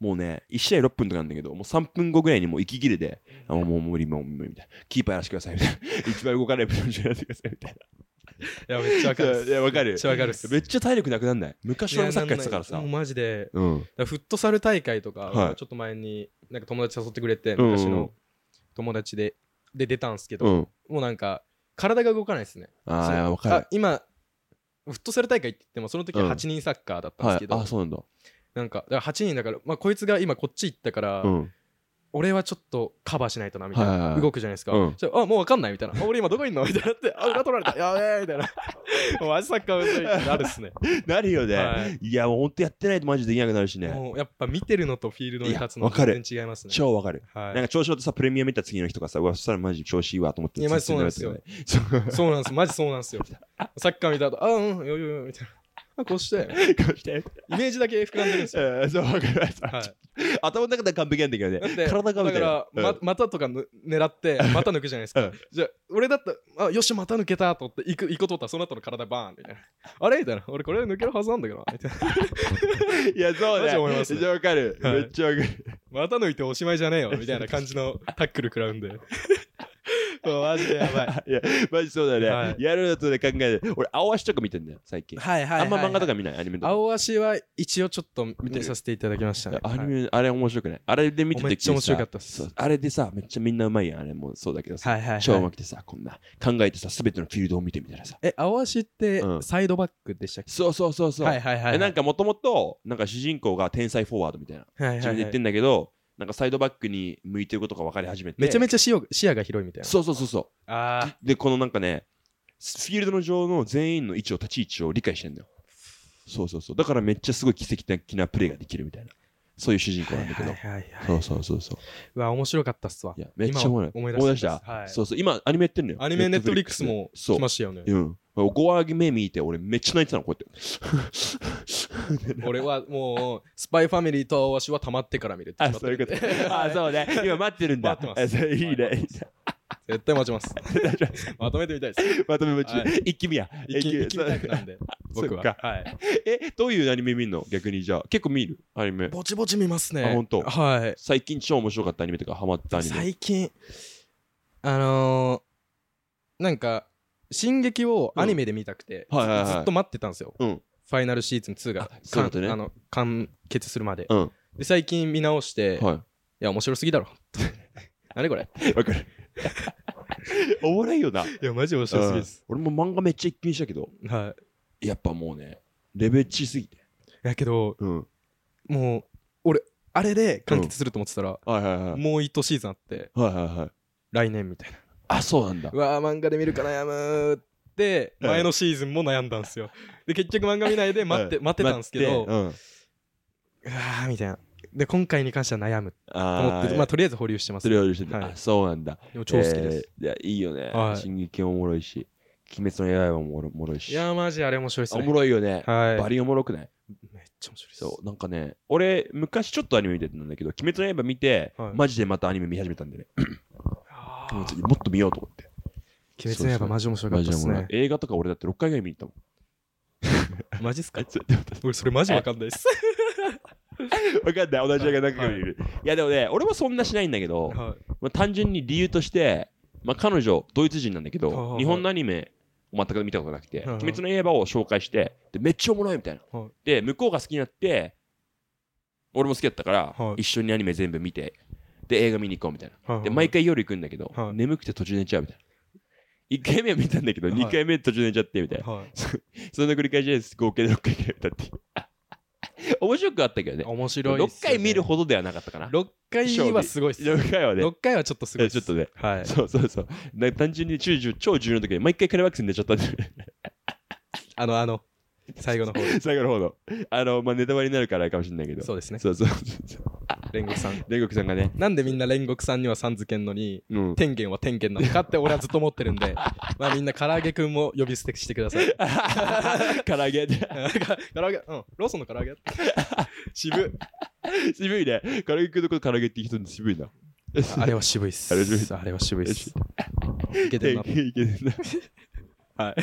もうね、1試合6分とかなんだけど、もう3分後ぐらいにもう息切れで、あもうもう無理、もう無理みたいな。キーパーやらしてくださいみたいな。 一番動かないポジションやらせてくださいみたい
いや、めっちゃわかるっ
いやいやわかる
めっちゃわかるっす
な。めっちゃ体力なくなんない昔は俺サッカーやってたからさ
もう。マジで、だか
うん。
らフットサル大会と
は
か
い、
ちょっと前に、なんか友達誘ってくれて、
うんうん
昔の友達で、で出たんすけど、
うん。
もうなんか、体が動かないですね。
あ
そ
あ、
の
いやわかる
あ。今、フットサル大会って言っても、その時
う
は
ん
8人サッカーだったんで
は
す
い
け。ど、
あ、そうなんだ。
なんか、だから8人だから、まあ、こいつが今こっち行ったから、
うん。
俺はちょっとカバーしないとなみたいな、
はいはいはい
動くじゃないですか、
うん
じゃああもう分かんないみたいなあ俺今どこいんのみたいになってあ裏取られたやべえみたいなもうマジサッカーむずいってなるっすね
なるよ
は
ね。いや、もうほんとやってないとマジでできなくなるしね。
もうやっぱ見てるのとフィールドに立つ
いや
の
わかる
全然違いますね
超わかる。
はい
なんか調子乗ってさ、プレミア見た次の日とかさ、うわ、そしたらマジ調子いいわと思って。
いやマジそうなんですよ
全然ダメだったよね。
そうなんですマジそうなんですよサッカー見た後あうんよよよみたいなあこうし
そ
て
う。こうして
イメージだけ膨らんでるんです よ
うんそう、わかりました。
はい
頭の中では完璧なんだけどね
なんで。
体がみたいな
だから。ま
うん
股とかぬ狙って股抜くじゃないですか、
うん
じゃあ俺だったらあよし股抜けたと思って行く行こうと思ったらその後の体バーンみたいな あれみたいな俺これ抜けるはずなんだけどなみたいない
や、そう
マジ
ね。
思い
め
ま
っ
すね
ちゃわかる。
はい
めっちゃわかる。
股抜いておしまいじゃねえよみたいな感じのタックル食らうんで もうマジでやばいはい
いや、マジそうだね。
はい
やるのとで考えて、俺、青足とか見てんだよ、最近。
はいはい、
あんま漫画と
か
か見ない、アニメとか。
青足は一応ちょっと見
見て
て
る
させていただきましたね
アニ
はい
メ、あれ面白くないあれで見てて
めっちゃ面白かったっす
そうあれでさ、めっちゃみんなうまいやん、あれもそうだけどさ。
はいはい、はい
超うまくてさ、こんな考えてさ、すべてのフィールドを見てみたらさ。
え青足って
うん
サイドバックでしたっけ、
そうそうそうそう。
はいはいはいはい
えなんかもともと、なんか主人公が天才フォワードみたいな。
はいはい
自
は
分で言って
い
んだけど、なんかサイドバックに向いてることが分かり始めて。
めちゃめ
ち
ちゃ視野視野が広いみたいな
そうそうそうそ
ああ
う。で、このなんかね、フィールドの上の全員の位置を、立ち位置を理解してんだよ。そうそうそう。だからめっちゃすごい奇跡的なプレーができるみたいな。そういう主人公なんだけど。
はいはいはい、
そうそうそうそう。
うわ、面白かったっすわ
い。や、めっちゃ思い
今思い出した
思い出した。
はい
そうそう。今、アニメやってんのよ。
アニメネットフリックス
で
も
そう
来ましたよね。
うん。5話目見て、俺めっちゃ泣いてたの、こうやって。
俺はもう、スパイファミリーとわしは溜まってから見るって
あ、
決まっ
そ
て
うい
る。
うこと あ、そうね。今待ってるんだ。
待ってます
あそういい
はい
ね。
絶対待ち ます。 まとめてみたいです。
まとめ待ち
は。
一気見や。
一気
見
一気見タイプなんで、
そう
僕は。
そっ
はい。
え、どういうアニメ見んの逆にじゃあ。結構見るアニメ。
ぼちぼち見ますね。
あ本当
は
最近超面白かったアニメとかハマったア
い。
ニメ。
最近、あのー、なんか、進撃をアニメで見たくて、
うんはいはいはい
ずずっと待ってたんですよ。
うん。
ファイナルシーズン2が
あそういうことね
かんあの完結するまで。
うん。
で、最近見直して、
はい
や、面白すぎだろ。何これ
い。わかる。 おもろいよな。
いや、マジ面
うん。俺も漫画めっちゃ一気見したけど、
はい。
やっぱもうね、レベチすぎて。
やけど、
うん。
もう、俺、あれで完結すると思ってたら、
はいはいはい。
もう1シーズンあって、
はいはいはい。
来年みたいな。
あ、そうなんだ
う。わー、漫画で見るか悩むーって、
うん
前のシーズンも悩んだんすよ。で、結局漫画見ないで待って、
う
待ってたんですけど、う
待
わ
ってうん
ー、みたいな。で、今回に関しては悩むと思
あ
って、
ー
まあ、とりあえず保留してます。
そ
で
れをしてて、
はい
あそうなんだ。
も超好きです。
えーいや、いいよね。
はい
進撃もおもろいし、鬼滅の刃もおもろおもろいし。
いやー、マジあれ面白いっす
お
ね。
もろいよね。
はい。
バリおもろくない
めっちゃ面白いっす。
そう、なんかね、俺、昔ちょっとアニメ見てたんだけど、鬼滅の刃見て、
はい
マジでまたアニメ見始めたんでね、
あー
もっと見ようと思って。
鬼滅の刃マジ面白か
マ
っ
ジ
た
でお
っす
もろい
ね。
映画とか俺だって6回ぐらい見に行ったもん。
マジっすか
そう わ
俺、それマジわかんないっす。
かんない、同じ映画何回も見る。いや、でもね、俺もそんなしないんだけど、
は
まあ、単純に理由として、まあ、彼女、ドイツ人なんだけ
はいはいは
ど、
い
日本のアニメを全く見たことなくて、
はいはい
鬼滅の刃を紹介して、でめっちゃおもろいみたいな
はい。
で、向こうが好きになって、俺も好きだったから
は、い
一緒にアニメ全部見て、で、映画見に行こうみたいな。
いはい。
で、毎回夜行くんだけど、
はい
眠くて途中で寝ちゃうみたいな。1回目は見たんだけど、
はい
2回目途中で寝ちゃってみたいな。
はい。
そんな繰り返しです。合計で6回ぐらい見たって いう。面白くあったけどね。
面白いっ
6
すよね、
回見るほどではなかったかな。
6回はすごいっす。
6回はね
6、回はちょっとすごい
えちょっとね。
はい。
そうそうそう。な単純に中重超重要な時に毎回カレーワックスに寝ちゃったんで、
あの、あの、最後の方
最後の方の。あの、まあ、ネタバレになるからあれかもしれないけど。
そうですね。
そうそうそうそう。
煉獄 さん。
煉獄さんがね、
なんでみんな煉獄さんにはさん付けんのに、
うん。
天元は天元なのかって俺はずっと思ってるん で、まあみんな唐揚げくんも呼び捨てしてください。
唐揚げで。
なんか唐揚げ、うん、ローソンの唐 揚げ。渋。
渋いね。唐揚げくんのこと唐揚げって人に渋いな。
あれは渋いっす。
あれ渋いっす
あれは渋いっす。いけて
い
るな。
けいけてんな。
はい。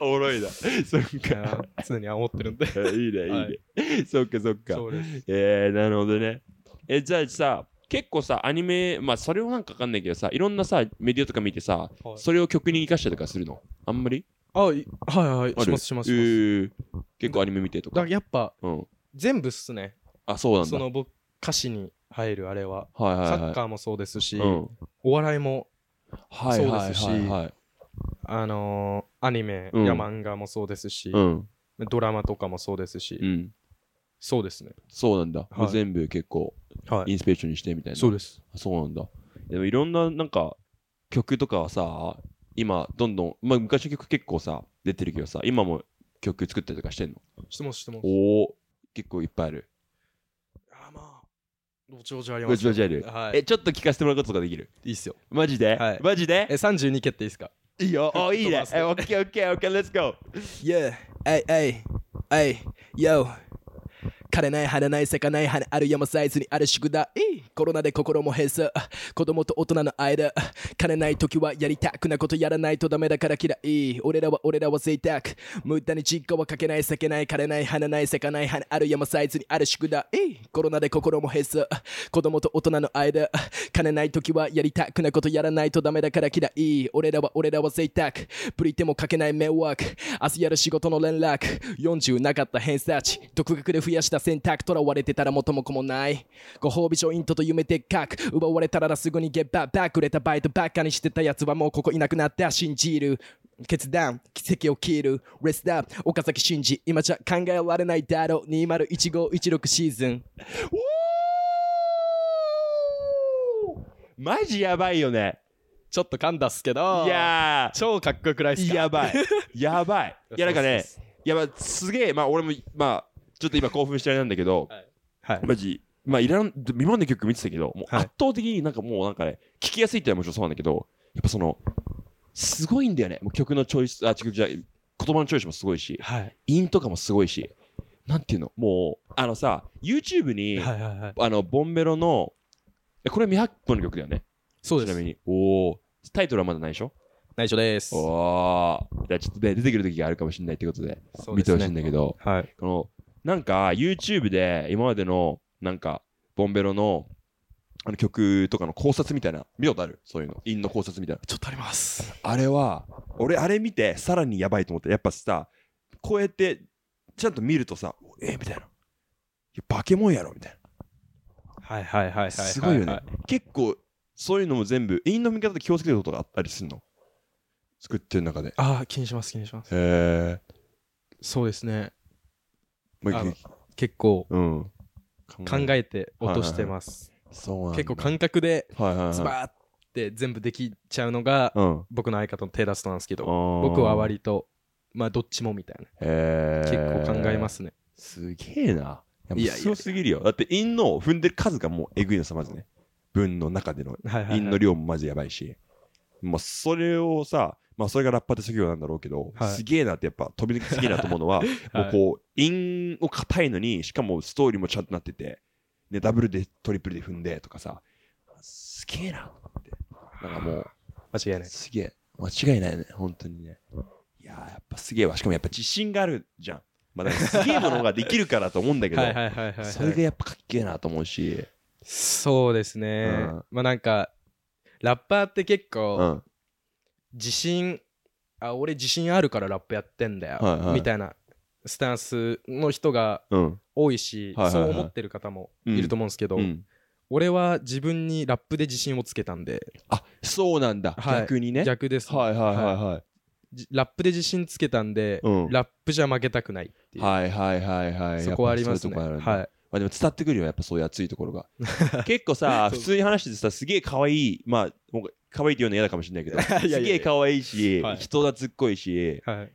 おもろいな。そっか。
常に思ってるんで。
いいね、いいね。
はい
そっかそっか。
そうです。
えー、なるほどね。えじゃあさ結構さアニメまあそれをなんかわかんないけどさいろんなさメディアとか見てさ
はい
それを曲に生かしたりとかするのあんまり
あいはいはい
ある
しますします
え
します
ー結構アニメ見てと
だか
から
やっぱ
うん
全部っすね
あそうなんだ
その僕歌詞に入るあれは
はいはい
サ
はい
ッカーもそうですし、
うん
お笑いも
はいはいはいはい
あのーアニメ
うん
や漫画もそうですし、
うん
ドラマとかもそうですし、
うん
そうですね
そうなんだ、
い
もう全部結構
は
インスピレーションにしてみたいな
そうです
そうなんだ。でもいろんななんか曲とかはさ、今どんどん、まあ、昔の曲結構さ、出てるけどさ、今も曲作ったりとかしてんの
質問質問
おお、結構いっぱいある。
あまあご長寿あります
ご長寿ある
はい
え、ちょっと聞かせてもらうことができる
いいっすよ
マジで、
はい
マジ
え
で
32蹴っていいっすか
いいよ。おいい
ちょ
ね
っ。と
え、
待
オッケーオッケーオッケー、レッツゴ
Yeah,
ー。
ay, ay, ay, yo. 枯れない、花ない、咲かない、花ある山サイズにある宿題。コロナで心も閉鎖。子供と大人の間。枯れない時はやりたくなことやらないとダメだから嫌い。俺らは俺らは贅沢。無駄に実家はかけない、避けない、枯れない、花ない、咲かない、花ある山サイズにある宿題。コロナで心も閉鎖。子供と大人の間。枯れない時はやりたくなことやらないとダメだから嫌い。俺らは俺らは贅沢。プリテもかけない迷惑明日やる仕事の連絡40なかった偏差値独学で増やした選択とらわれてたら元も子もないご褒美ジョイントと夢でっかく奪われたらすぐにゲッバーバック売れたバイトばっかにしてたやつはもうここいなくなった信じる決断奇跡を切るレスダー岡崎真二今じゃ考えられないだろう201516シーズン
マジやばいよね。
ちょっと噛んだっすけど
いや
超かっこよくないっす
ー、
か
や ばい。やばい。いや、なんかね、いや、まあ、すげえ、まあ、俺も、まあ、ちょっと今興奮してあれなんだけど、
はい
マジ、まあ、いらん、未満の曲見てたけど、もう
はい
圧倒的になんかもうなんかね、聞きやすいってのはもちろんそうなんだけど、やっぱその、すごいんだよね。もう曲のチョイス、あ、曲じゃない、言葉のチョイスもすごいし、
はい
韻とかもすごいし、なんていうの、もう、あのさ、YouTube に、
はいはいはい
あの、ボンベロの、えこれ未発表の曲だよね。
そう
ち
で
なみ
す
に。おお。タイトルはまだないでしょ
内緒です
おお。じゃあちょっとね、出てくる時があるかもしれないってことで、
そう
見
で
て
す
ほしいん
ね
だけど、
はい
このなんか YouTube で今までのなんかボンベロのあの曲とかの考察みたいな見たことあるそういうの韻の考察みたいな
ちょっとあります
あれは俺あれ見てさらにやばいと思ってやっぱさこうやってちゃんと見るとさえみたいないやバケモンやろみたい
はいはいはいはいはは
なすごいよね結構そういうのも全部韻の見方で気をつけてることがあったりするの作ってる中で
ああ気にします気にします
へえ
そうですね
もう一回
あの結構
うん
考えて落としてます
そうなんだ
結構感覚で
はいはいはい
ズバーって全部できちゃうのが
うん
僕の相方の手出すなんですけど
僕
僕は割とまあどっちもみたいな
え
結構考えますすね
すげえなやっぱ
いやいや
すごすぎるよだって陰の踏んでる数がもうえぐいのさまずね文の中での
はいはい
陰
は
の
い
量もまずやばいしもうそれをさまあそれがラッパーって職業なんだろうけど、
はい
すげえなってやっぱ飛び抜けすげえなと思うのは、もうこう陰を硬いのにしかもストーリーもちゃんとなってて、ね、ダブルでトリプルで踏んでとかさすげえなと思ってなんかもう
間違いない
すげえ。間違いないね、本当にね。いやー、やっぱすげえわ。しかもやっぱ自信があるじゃん。まあ、だからすげえものができるからと思うんだけど、
はいはいはいはいはい
それがやっぱかっけえなと思うし。
そうですね
うん
まあなんかラッパーって結
う
構
ん。
自信あ俺自信あるからラップやってん
は
だ
いは
よ
い
みたいなスタンスの人が
うん。
多いし
はいはい
そ
はいう
思ってる方もいると思うんですけど
うん
俺は自分にラップで自信をつけたんで
あ、そうなんだ。
はい
逆にね。
逆ですね
はいはいはいはい。
じラップで自信つけたんで、
うん
ラップじゃ負けたくないっていう、
はいはいはいはい。
そこはあります
やっ
ね
ぱそういうとこあるんだ
は
まあ
い
でも伝わってくるよ、やっぱそういう熱いところ が。結構さ、
そう
普通に話しててさ、すげえ可愛い、まあ、もう可愛いって言うの嫌だかもしれないけど、
いやいや
すげえ可愛いし
は、い
人懐っこいし、
はい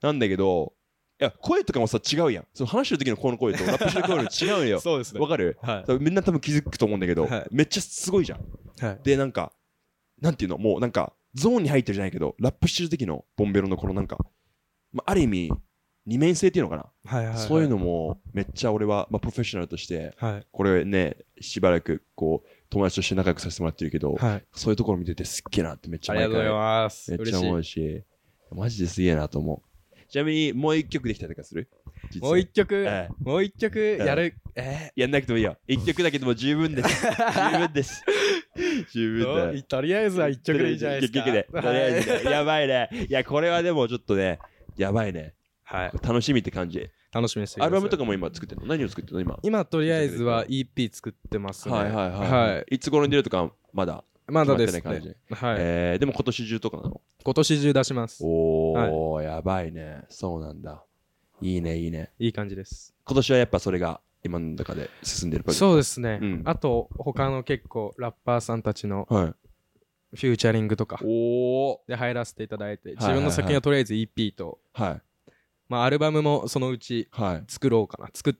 なんだけど、いや、声とかもさ、違うやん。その話してる時のこの声と、ラップしてる声の違うのよ。
そうですね
わかる
は
多分みんな多分気づくと思うんだけど、
はい
めっちゃすごいじゃん。
い、はい、
で、なんか、なんていうの、もうなんか、ゾーンに入ってるじゃないけど、ラップしてる時のボンベロのこのなんか、まあ、ある意味、二面性っていうのかな。
はいはい
そういうのも、めっちゃ俺は、まあ、プロフェッショナルとして、
はい
これね、しばらく、こう、友達として仲良くさせてもらってるけど、
はい
そういうところ見ててすっげえなってめっちゃ
ありがとうございます
めっち
嬉
ゃ
しい
思うし、マジですげえなと思う。ちなみに、もう一曲できたりとかする実は
もう一曲、
ええ
もう一曲やる。え
やんなくてもいいよ。一曲だけでも十分 です。十分です。十
え
分だよ。
とりあえずは一曲でいいじゃないですか。
一曲 で。とりあえずねやばいね。いや、これはでもちょっとね、やばいね。
はい。はい
楽しみって感じ。
楽しみにしてくだ
ア
さい。
ルバムとかも今作ってるの何を作ってるの今。
今、とりあえずは EP 作ってますね。
はいはいはい。、
はい
つ頃に出るとかまだ。
まだですね。
決まってない
はい。
えーでも今年中とかなの。
今年中出します。
おー、やばいね。そうなんだ。いいね、いいね。
いい感じです。
今年はやっぱそれが今の中で進んでるプロジェク
そうですね。
うん
あと、他の結構、ラッパーさんたちの
トはい。
フューチャリングとか
おー。
で入らせていただいて、
い
自分の作品はとりあえず EP と、
はい。
まあ、アルバムもそのうち
はい。
作ろうかな作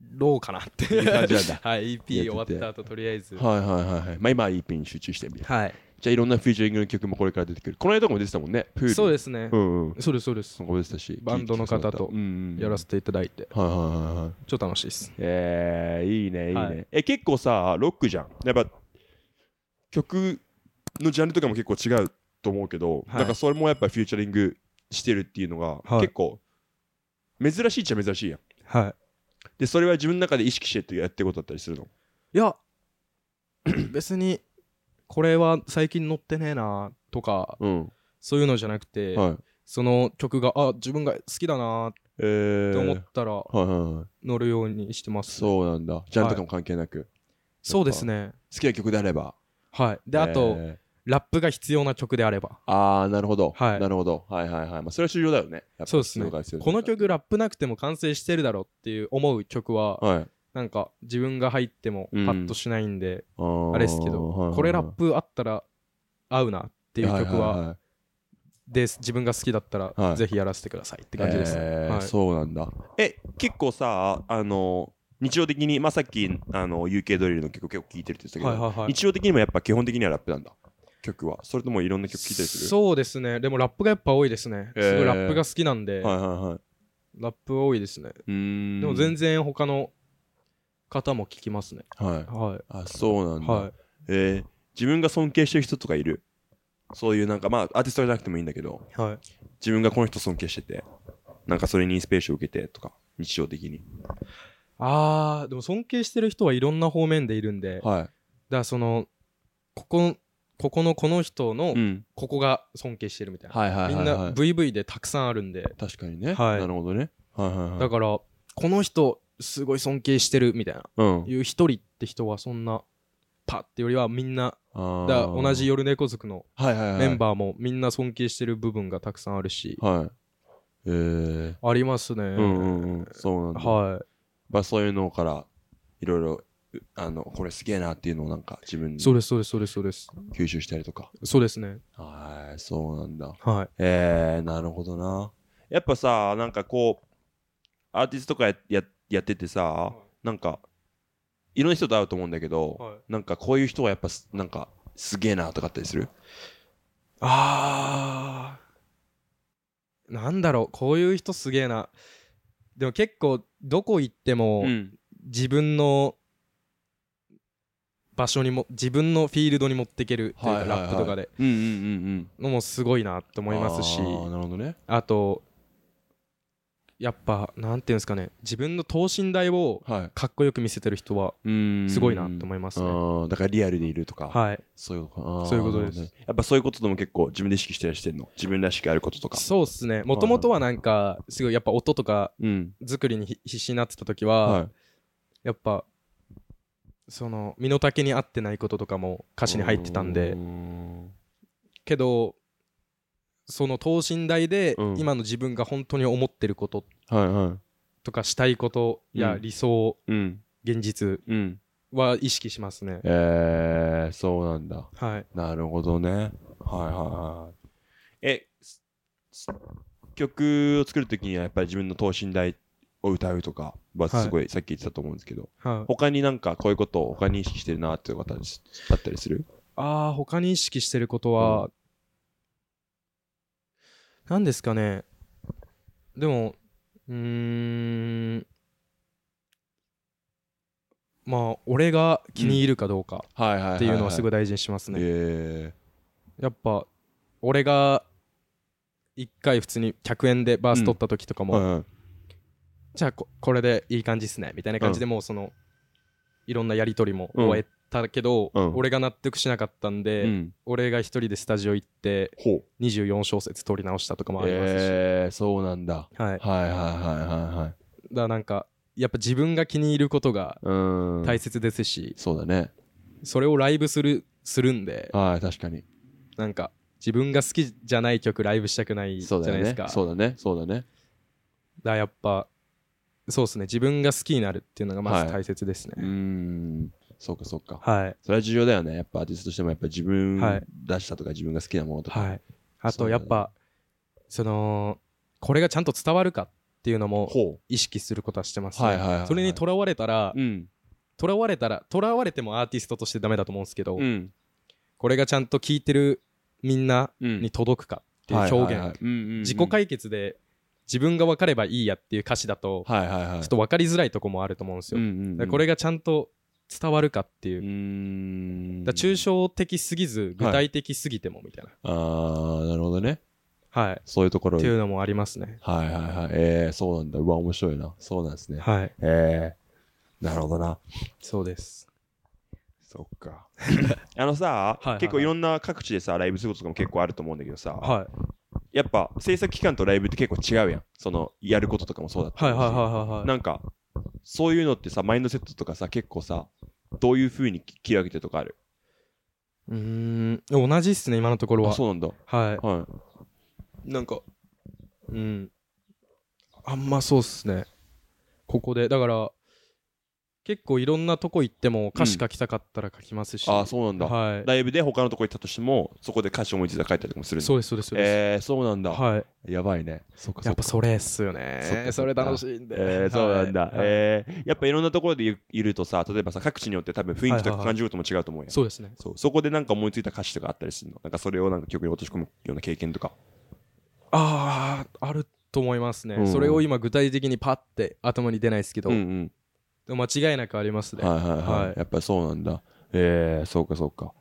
ろうかなって
いう感じなんだ
はい
やっ
EP 終
てて
わった後とりあえず
はいはいはいはい。まあ今は EP に集中してみる。
はい
じゃあいろんなフィーチャリングの曲もこれから出てくる。この間とかも出てたもんね。プール。。
そうですすね、
うんうん。
そうですそうです
そこも出てたし。
バンドの方と
うんうん
やらせていただいて
はいはいはいはい。
超楽しいです
えー、いいねいいね、
はい
え結構さロックじゃんやっぱ曲のジャンルとかも結構違うと思うけど、
はい
なんかそれもやっぱフューチャリングしてるっていうのが、
はい
結構珍しいっちゃ珍しいやん
は
でそれは自分の中で意識してってやってることだったりするの
いいや 別にこれは最近乗ってねえなとか
うん、
そういうのじゃなくて、
はい
その曲があ自分が好きだな
えー、
と思ったら
はいはいはい
乗るようにしてます、
そうなんだジャンルとかも関係なく、
そうですね
好きな曲であれば
はいであと、
えー
ラップが必要な曲であれば
ああなるほど、
はい
なるほどはいはいはい、まあ、それは重要だよねやっぱ
そうですね
人が必要だ
こ
から
の曲ラップなくても完成してるだろうっていう思う曲は、
はい
なんか自分が入ってもパ
うん
ッとしないんで、
あー
あれですけど、
はいはいはい
これラップあったら合うなっていう曲は,、
いいい
です自分が好きだったら、
はい
ぜひやらせてくださいって感じです、ね
えー
はい
そうなんだえ結構さあの日常的に、まあ、さっきあの UK ドリルの曲結構聴いてるって言ってたけど、
はいはいはい
日常的にもやっぱ基本的にはラップなんだ曲はそれともいろんな曲聴いたりする
そうですねでもラップがやっぱ多いですね、
えー
すごいラップが好きなんで、
はいはいはい
ラップ多いですね
うーん
でも全然他の方も聞きますね
はい
は
あそうないんだ、
はい
えー自分が尊敬してる人とかいるそういうなんかまあアーティストじゃなくてもいいんだけど
はい
自分がこの人尊敬しててなんかそれにインスピレーションを受けてとか日常的に
あーでも尊敬してる人はいろんな方面でいるんで、
は
だからそのここここのこの人の
い、うん、
ここが尊敬してるみたいな、
はいはいはい、はい、
みんな VV でたくさんあるんで
確かにね、
はい
なるほどねはいはいはい
だからこの人すごい尊敬してるみたいな
うん
いう一人って人はそんなパッてよりはみんな
あ
だ
ー
から同じ夜猫族の
はいはいはい、
メンバーもみんな尊敬してる部分がたくさんあるし、
はい。えー、
ありますね、
うんうんうん、そうなんだ。
は
まあそういうのから、いろいろ、うあの、これすげえなっていうのをなんか自分
い
に
そうですそうですそうですそうです
吸収したりとか。
そうですね
はい、そうなんだ。
は
えー、なるほどな。やっぱさ、なんかこう、アーティストとかやややっててさ、なんか、いろんな人と会うと思うんだけど、
はい
なんかこういう人はやっぱす、なんか、すげえなとかあったりする
あーなんだろうこういう人すげえなでも結構どこ行っても、
ん。
自分の場所にも自分のフィールドに持っていけるというかラップとかで
うんうんうんうん。
のもすごいなと思いますし
あーなるほどね。
あとやっぱなんていうんですかね自分の等身大を
はい。
かっこよく見せてる人は
うーん
すごいなと思いますね
あーだからリアルでいるとか、
はい
そういうことかあー
そういうことです
なるほどねやっぱそういうことでも結構自分で意識してらしてるの自分らしくやることとか
そうっすねもともとはなんかすごいやっぱ音とか
うん
作りにひ必死になってた時は
は
やっぱその身の丈に合ってないこととかも歌詞に入ってたんで
うーん
けどその等身大で
うん
今の自分が本当に思ってること
はいは
とかしたいことや
うん
理想、
いうん
現実
うん
は意識しますね、
えー、そうなんだ
はい
なるほどねはいはいはいえすす曲を作るときにはやっぱり自分の等身大を歌うとかはすごい、さっき言ってたと思うんですけど
はい、
他になんかこういうことを他に意識してるなっていう方ですだったりする
ああ他に意識してることは、何ですかねでもうーんまあ俺が気に入るかどうか
はいはいはい、
っていうのはすご
い
い大事にしますね、
え
やっぱ俺が1回普通に100円でバース取った時とかも、
うんうん
じゃあここれでいい感じっすねみたいな感じでもうそのいろんなやり取りも終えたけど、
うん
俺が納得しなかったんで、
うん
俺が一人でスタジオ行って
ほう。
24小節取り直したとかもありますし、
えー、そうなんだ。
はい、だか
はいはいはいはいはい。
らなんかやっぱ自分が気に入ることが
うーん。
大切ですし、
そうだね。
それをライブするするんで
はい、確かに。
なんか自分が好きじゃない曲ライブしたくないじゃ
そうだ
ない
よ
です
ね
か。
そうだね。そうだね。
だからやっぱそうですね自分が好きになるっていうのがまず
は
大切です
うー
ね
ん。そうかそうか。
はい
それは重要だよね。やっぱアーティストとしても、やっぱ自分
はい
出したとか、自分が好きなものとか。
はいあ
そう
と
だね
やっぱそのこれがちゃんと伝わるかっていうのも
ほ
意識することはしてます
はいはいはいは
ね
い
それにとらわれたら
う。うん。
とらわれたらとらわれてもアーティストとしてダメだと思うんですけど
うん。
これがちゃんと聞いてるみんな
うん。
に届くかっていう表現
自
自己解決で自分が分かればいいやっていう歌詞だと
はいはいはい。
ちょっと分かりづらいとこもあると思うんですよ
うんうんうん
だからこれがちゃんと伝わるかっていうう
ーん。
だから抽象的すぎず具体的すぎてもみたいな、
ああ、なるほどね。
はい
そういうところ
っ
に
ていうのもありますね
はいはいはい。えー、そうなんだ。うわ、面白いな。そうなんですね。
はい
えー、なるほどな。
そうです
そっか。 あのさ
いはいは、い
結構いろんな各地でさ、ライブすることとかも結構あると思うんだけどさ、
はい
やっぱ制作期間とライブって結構違うやん。その、やることとかもそうだった
はいはいはい
し
はいはい
なんか、そういうのってさ、マインドセットとかさ、結構さ、どういうふうに切り上げてるとかある
うーん同じっすね今のところ
あ、
は
そうなんだ。
は
はい
なんかうんあんまそうっすねここでだから結構いろんなとこ行っても歌詞書きたかったら書きますし、
い。あ、そうなんだ。
はい
ライブで他のとこ行ったとしても、そこで歌詞思いついたら書いたりとかもするんだ
そうですそうですそうです、
えー、そうなんだ。
はい
やばいね。そっか
やっぱ
そっか
それっすよ
そっかそっ
ね
か
それ楽しいんで、
えー、そうなんだ、
はい
えーやっぱいろんなところでいいるとさ例えばさ各地によって多分雰囲気と
はいはい
か
はい
感じることも違うと思うよ、
そうですね
そうそこでなんか思いついた歌詞とかあったりするのなんかそれをなんか曲に落とし込むような経験とか
あああると思いますね、
うん
それを今具体的にパッて頭に出ないですけど、
うん
でも間違いなくあります
うん
ね、
はいはいはい、
はい
やっぱりそうなんだえー、そうかそうか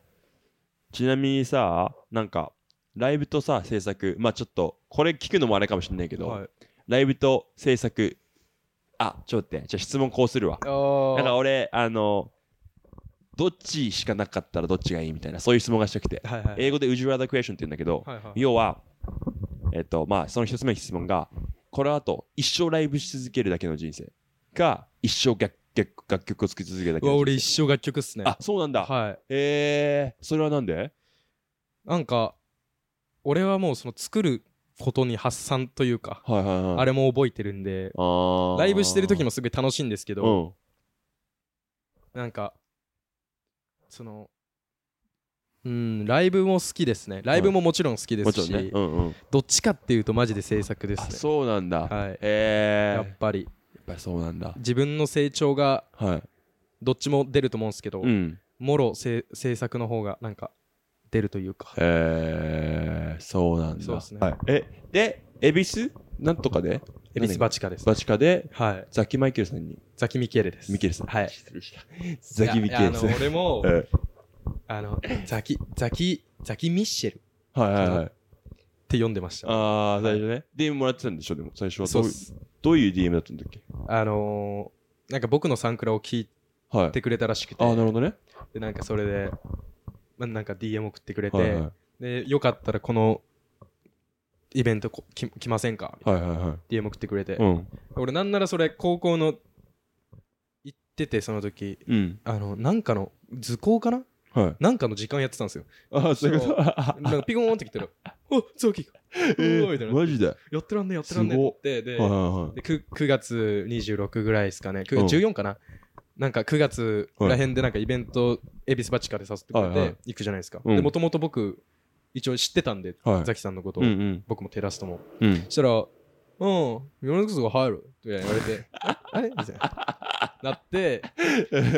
ちなみにさなんかライブとさ制作まあちょっとこれ聞くのもあれかもしんないけど、
はい
ライブと制作あちょっと待ってじゃあ質問こうするわ
あー
なんか俺あのどっちしかなかったらどっちがいいみたいなそういう質問がしたくて
はいはい
英語で「Would you rather question」って言うんだけど、
はいはい
要は、えっとまあ、その一つ目の質問がこの後一生ライブし続けるだけの人生か一生楽楽楽曲を作り続けるだけ
うわ
の
俺
人生
一生楽曲っすね
あそうなんだ、
は
えー、それはなんで
いなんか俺はもうその作ることに発散というか、
はいはいはい
あれも覚えてるんで
あー
ライブしてる時もすごい楽しいんですけ
う
ど、
ん
なんかそのうんライブも好きですねライブももちろん好きで
も
す
ちろ
し、
んね、うんうん、
どっちかっていうとマジで制作で
あ
すね
そうなんだ、
はい
えー、
や
や
っぱり
っぱりそうなんだ
自分の成長が
はい
どっちも出ると思うんですけど、
うん
もろ制制作の方がなんか出るというか
えー、そうなんだ
そうですね
はい、えで恵比寿なんとかで
エビスバチカです
バチカで
はい
ザキマイケルさんに
ザキミケレです
ミケルさん
はい
失礼したザキミケル
いや
さ
い
ん
やあの俺も
うん
あのザキザキザキミッシェルっ
はいはいはい。
て読んでました
ああ、最初ね。DM もらってたんでしょ、でも。最初は
そ
ど
う
うい
っ
う
す
どういう DM だったんだっけ
あのーなんか僕のサンクラを聞い
はい
て。くれたらしくて
ああ、なるほどね。
でなんかそれで、まあ、なんか DM 送ってくれて、
はいはい。
でよかったらこのイベントこ来来ませんかみたい
はいはいは
な DM 送ってくれて、
い。うん。
俺なんならそれ高校の行っててその時
うん。
あのなんかの図工かな
はい。
なんかの時間やってたんですよ
ああ、そういうこと。
なんかピコーンってきてるおザキが
え
うわみた
ー
いな
マジで。はい
やってらんねやってらんね
すごっ
ってで
はいは
で 9, 9月26ぐらいですかね9
うん
月14かな、なんか9月らへんでなんかイベント恵比寿バチカで誘ってくれ
はいはい
て行くじゃないですか、
うん
でもともと僕一応知ってたんで、
はい
ザキさんのこと
い。
を、
うん
僕もテラストも
うん。うん。
そしたら、うん、ヨネクスが入るって言われ て、ああれみたいな。なって、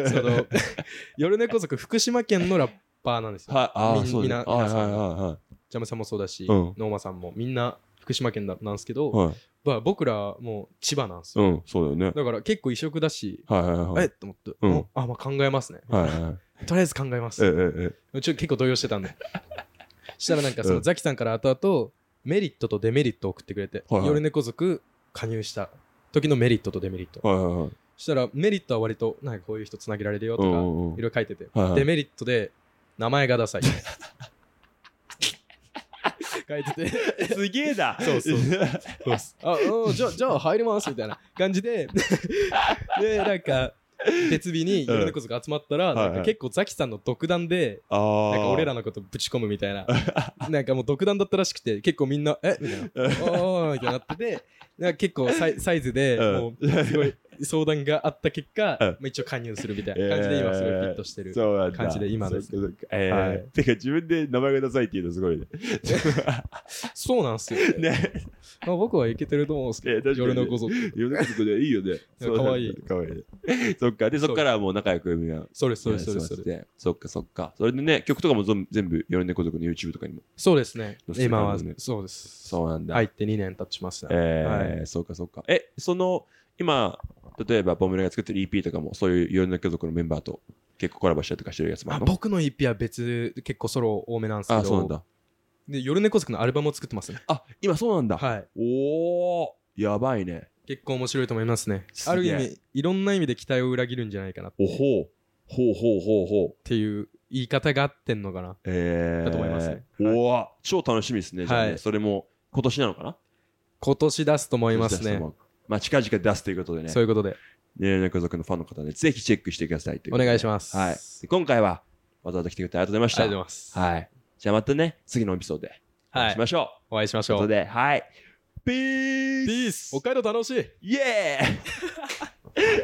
その、 夜猫族、福島県のラッパーなんですよ。
はい、ああ、
みん
そう
みん
だね
な、
はいは
皆
い
さんが
は
ジャムさんもそうだし、
うん
ノーマさんも、みんな福島県だなんですけど、
いはい。はい。
まあ、僕らもう千葉なんです
う
よ。
ん、そうだよね。
だから結構異色だし、
はいはいは
えっ
い。
と思って、
うん
おあ、まあ考えますね。
はいはいはい。
とりあえず考えま
ええ
す。
ええええ。
ちょ結構動揺してたんで。したらなんか、そうの
ん
ザキさんから後々、メリットとデメリットを送ってくれて、
はいはい
夜猫族加入した時のメリットとデメリット、
はいはいはい。
そしたらメリットは割となんかこういう人つなげられるよとかい
うんうんうん
ろいろ書いてて、
はいはい
デメリットで名前が ダサい書いてて
すげえだ
そ うそうそうっすあうんじゃあじゃあ入りますみたいな感じ ででなんか別日に夜猫族集まったら、
うん
なん
はい
か
はい
結構ザキさんの独断で
ああ。
なんか俺らのことぶち込むみ たいななんかもう独断だったらしくて結構みんな「えみたいな「おーおー」みたいになっててなんか結構サイサイズで
うん
もうすごい相談があった結果、
うん
まあ、一応加入するみたいな感じで今すごいフィットしてる、
そうなんだ
感じで今です
そっかそっかえ
はい
ーてか自分で名前がダサいっていうのすごい ね。
そうなんすよ、ね
ね。
まあ、僕はいけてると思うんです
いや
け
確か
ど
に
夜のこそ
世の中でいいよね。
いやかわいい
そうなんだかわいい。そっか。で、そっからはもう仲良くみんな。
それそれそれそれ
れ。そっかそっか。それでね、曲とかもぞん全部、夜猫族の YouTube とかにも。
そうですね
そうですね
今は
そうですね
そうです
そうなんだ。
入って2年経ちますね、
えー
は
そうかそうか。え、その、今、例えば、ボムレが作ってる EP とかも、そういう夜の家族のメンバーと結構コラボしたりとかしてるやつもあ
あ
るの
僕の EP は別で結構ソロ多めなんですけど
あ、そうなんだ。
で夜猫族のアルバムを作ってますね
あ、今そうなんだ。
はい
おー、やばいね。
結構面白いと思いますね
すげえ
ある意味いろんな意味で期待を裏切るんじゃないかなっ
おほう。ほうほうほうほう。
ていう言い方が合ってんのかな
えー、
だと思いますね
おー超楽しみですね。じゃあね、
はい
それも、今年なのかな
今年出すと思いますね。
まあ、近々出すということでね、
そういうことで
夜の家族のファンの方ね、ぜひチェックしてくださいというこ
お
とで
願いします
はい。で今回は、わざわざ来てくれてありがとうございまし
あ
た。
りがとうございます
はい。じゃあまたね、次のエピソードでお
は
会い
い
しましょう。
お会いしまし
という
ょ
こと
う
で、はい。ピース
北海道楽しい
イエーイ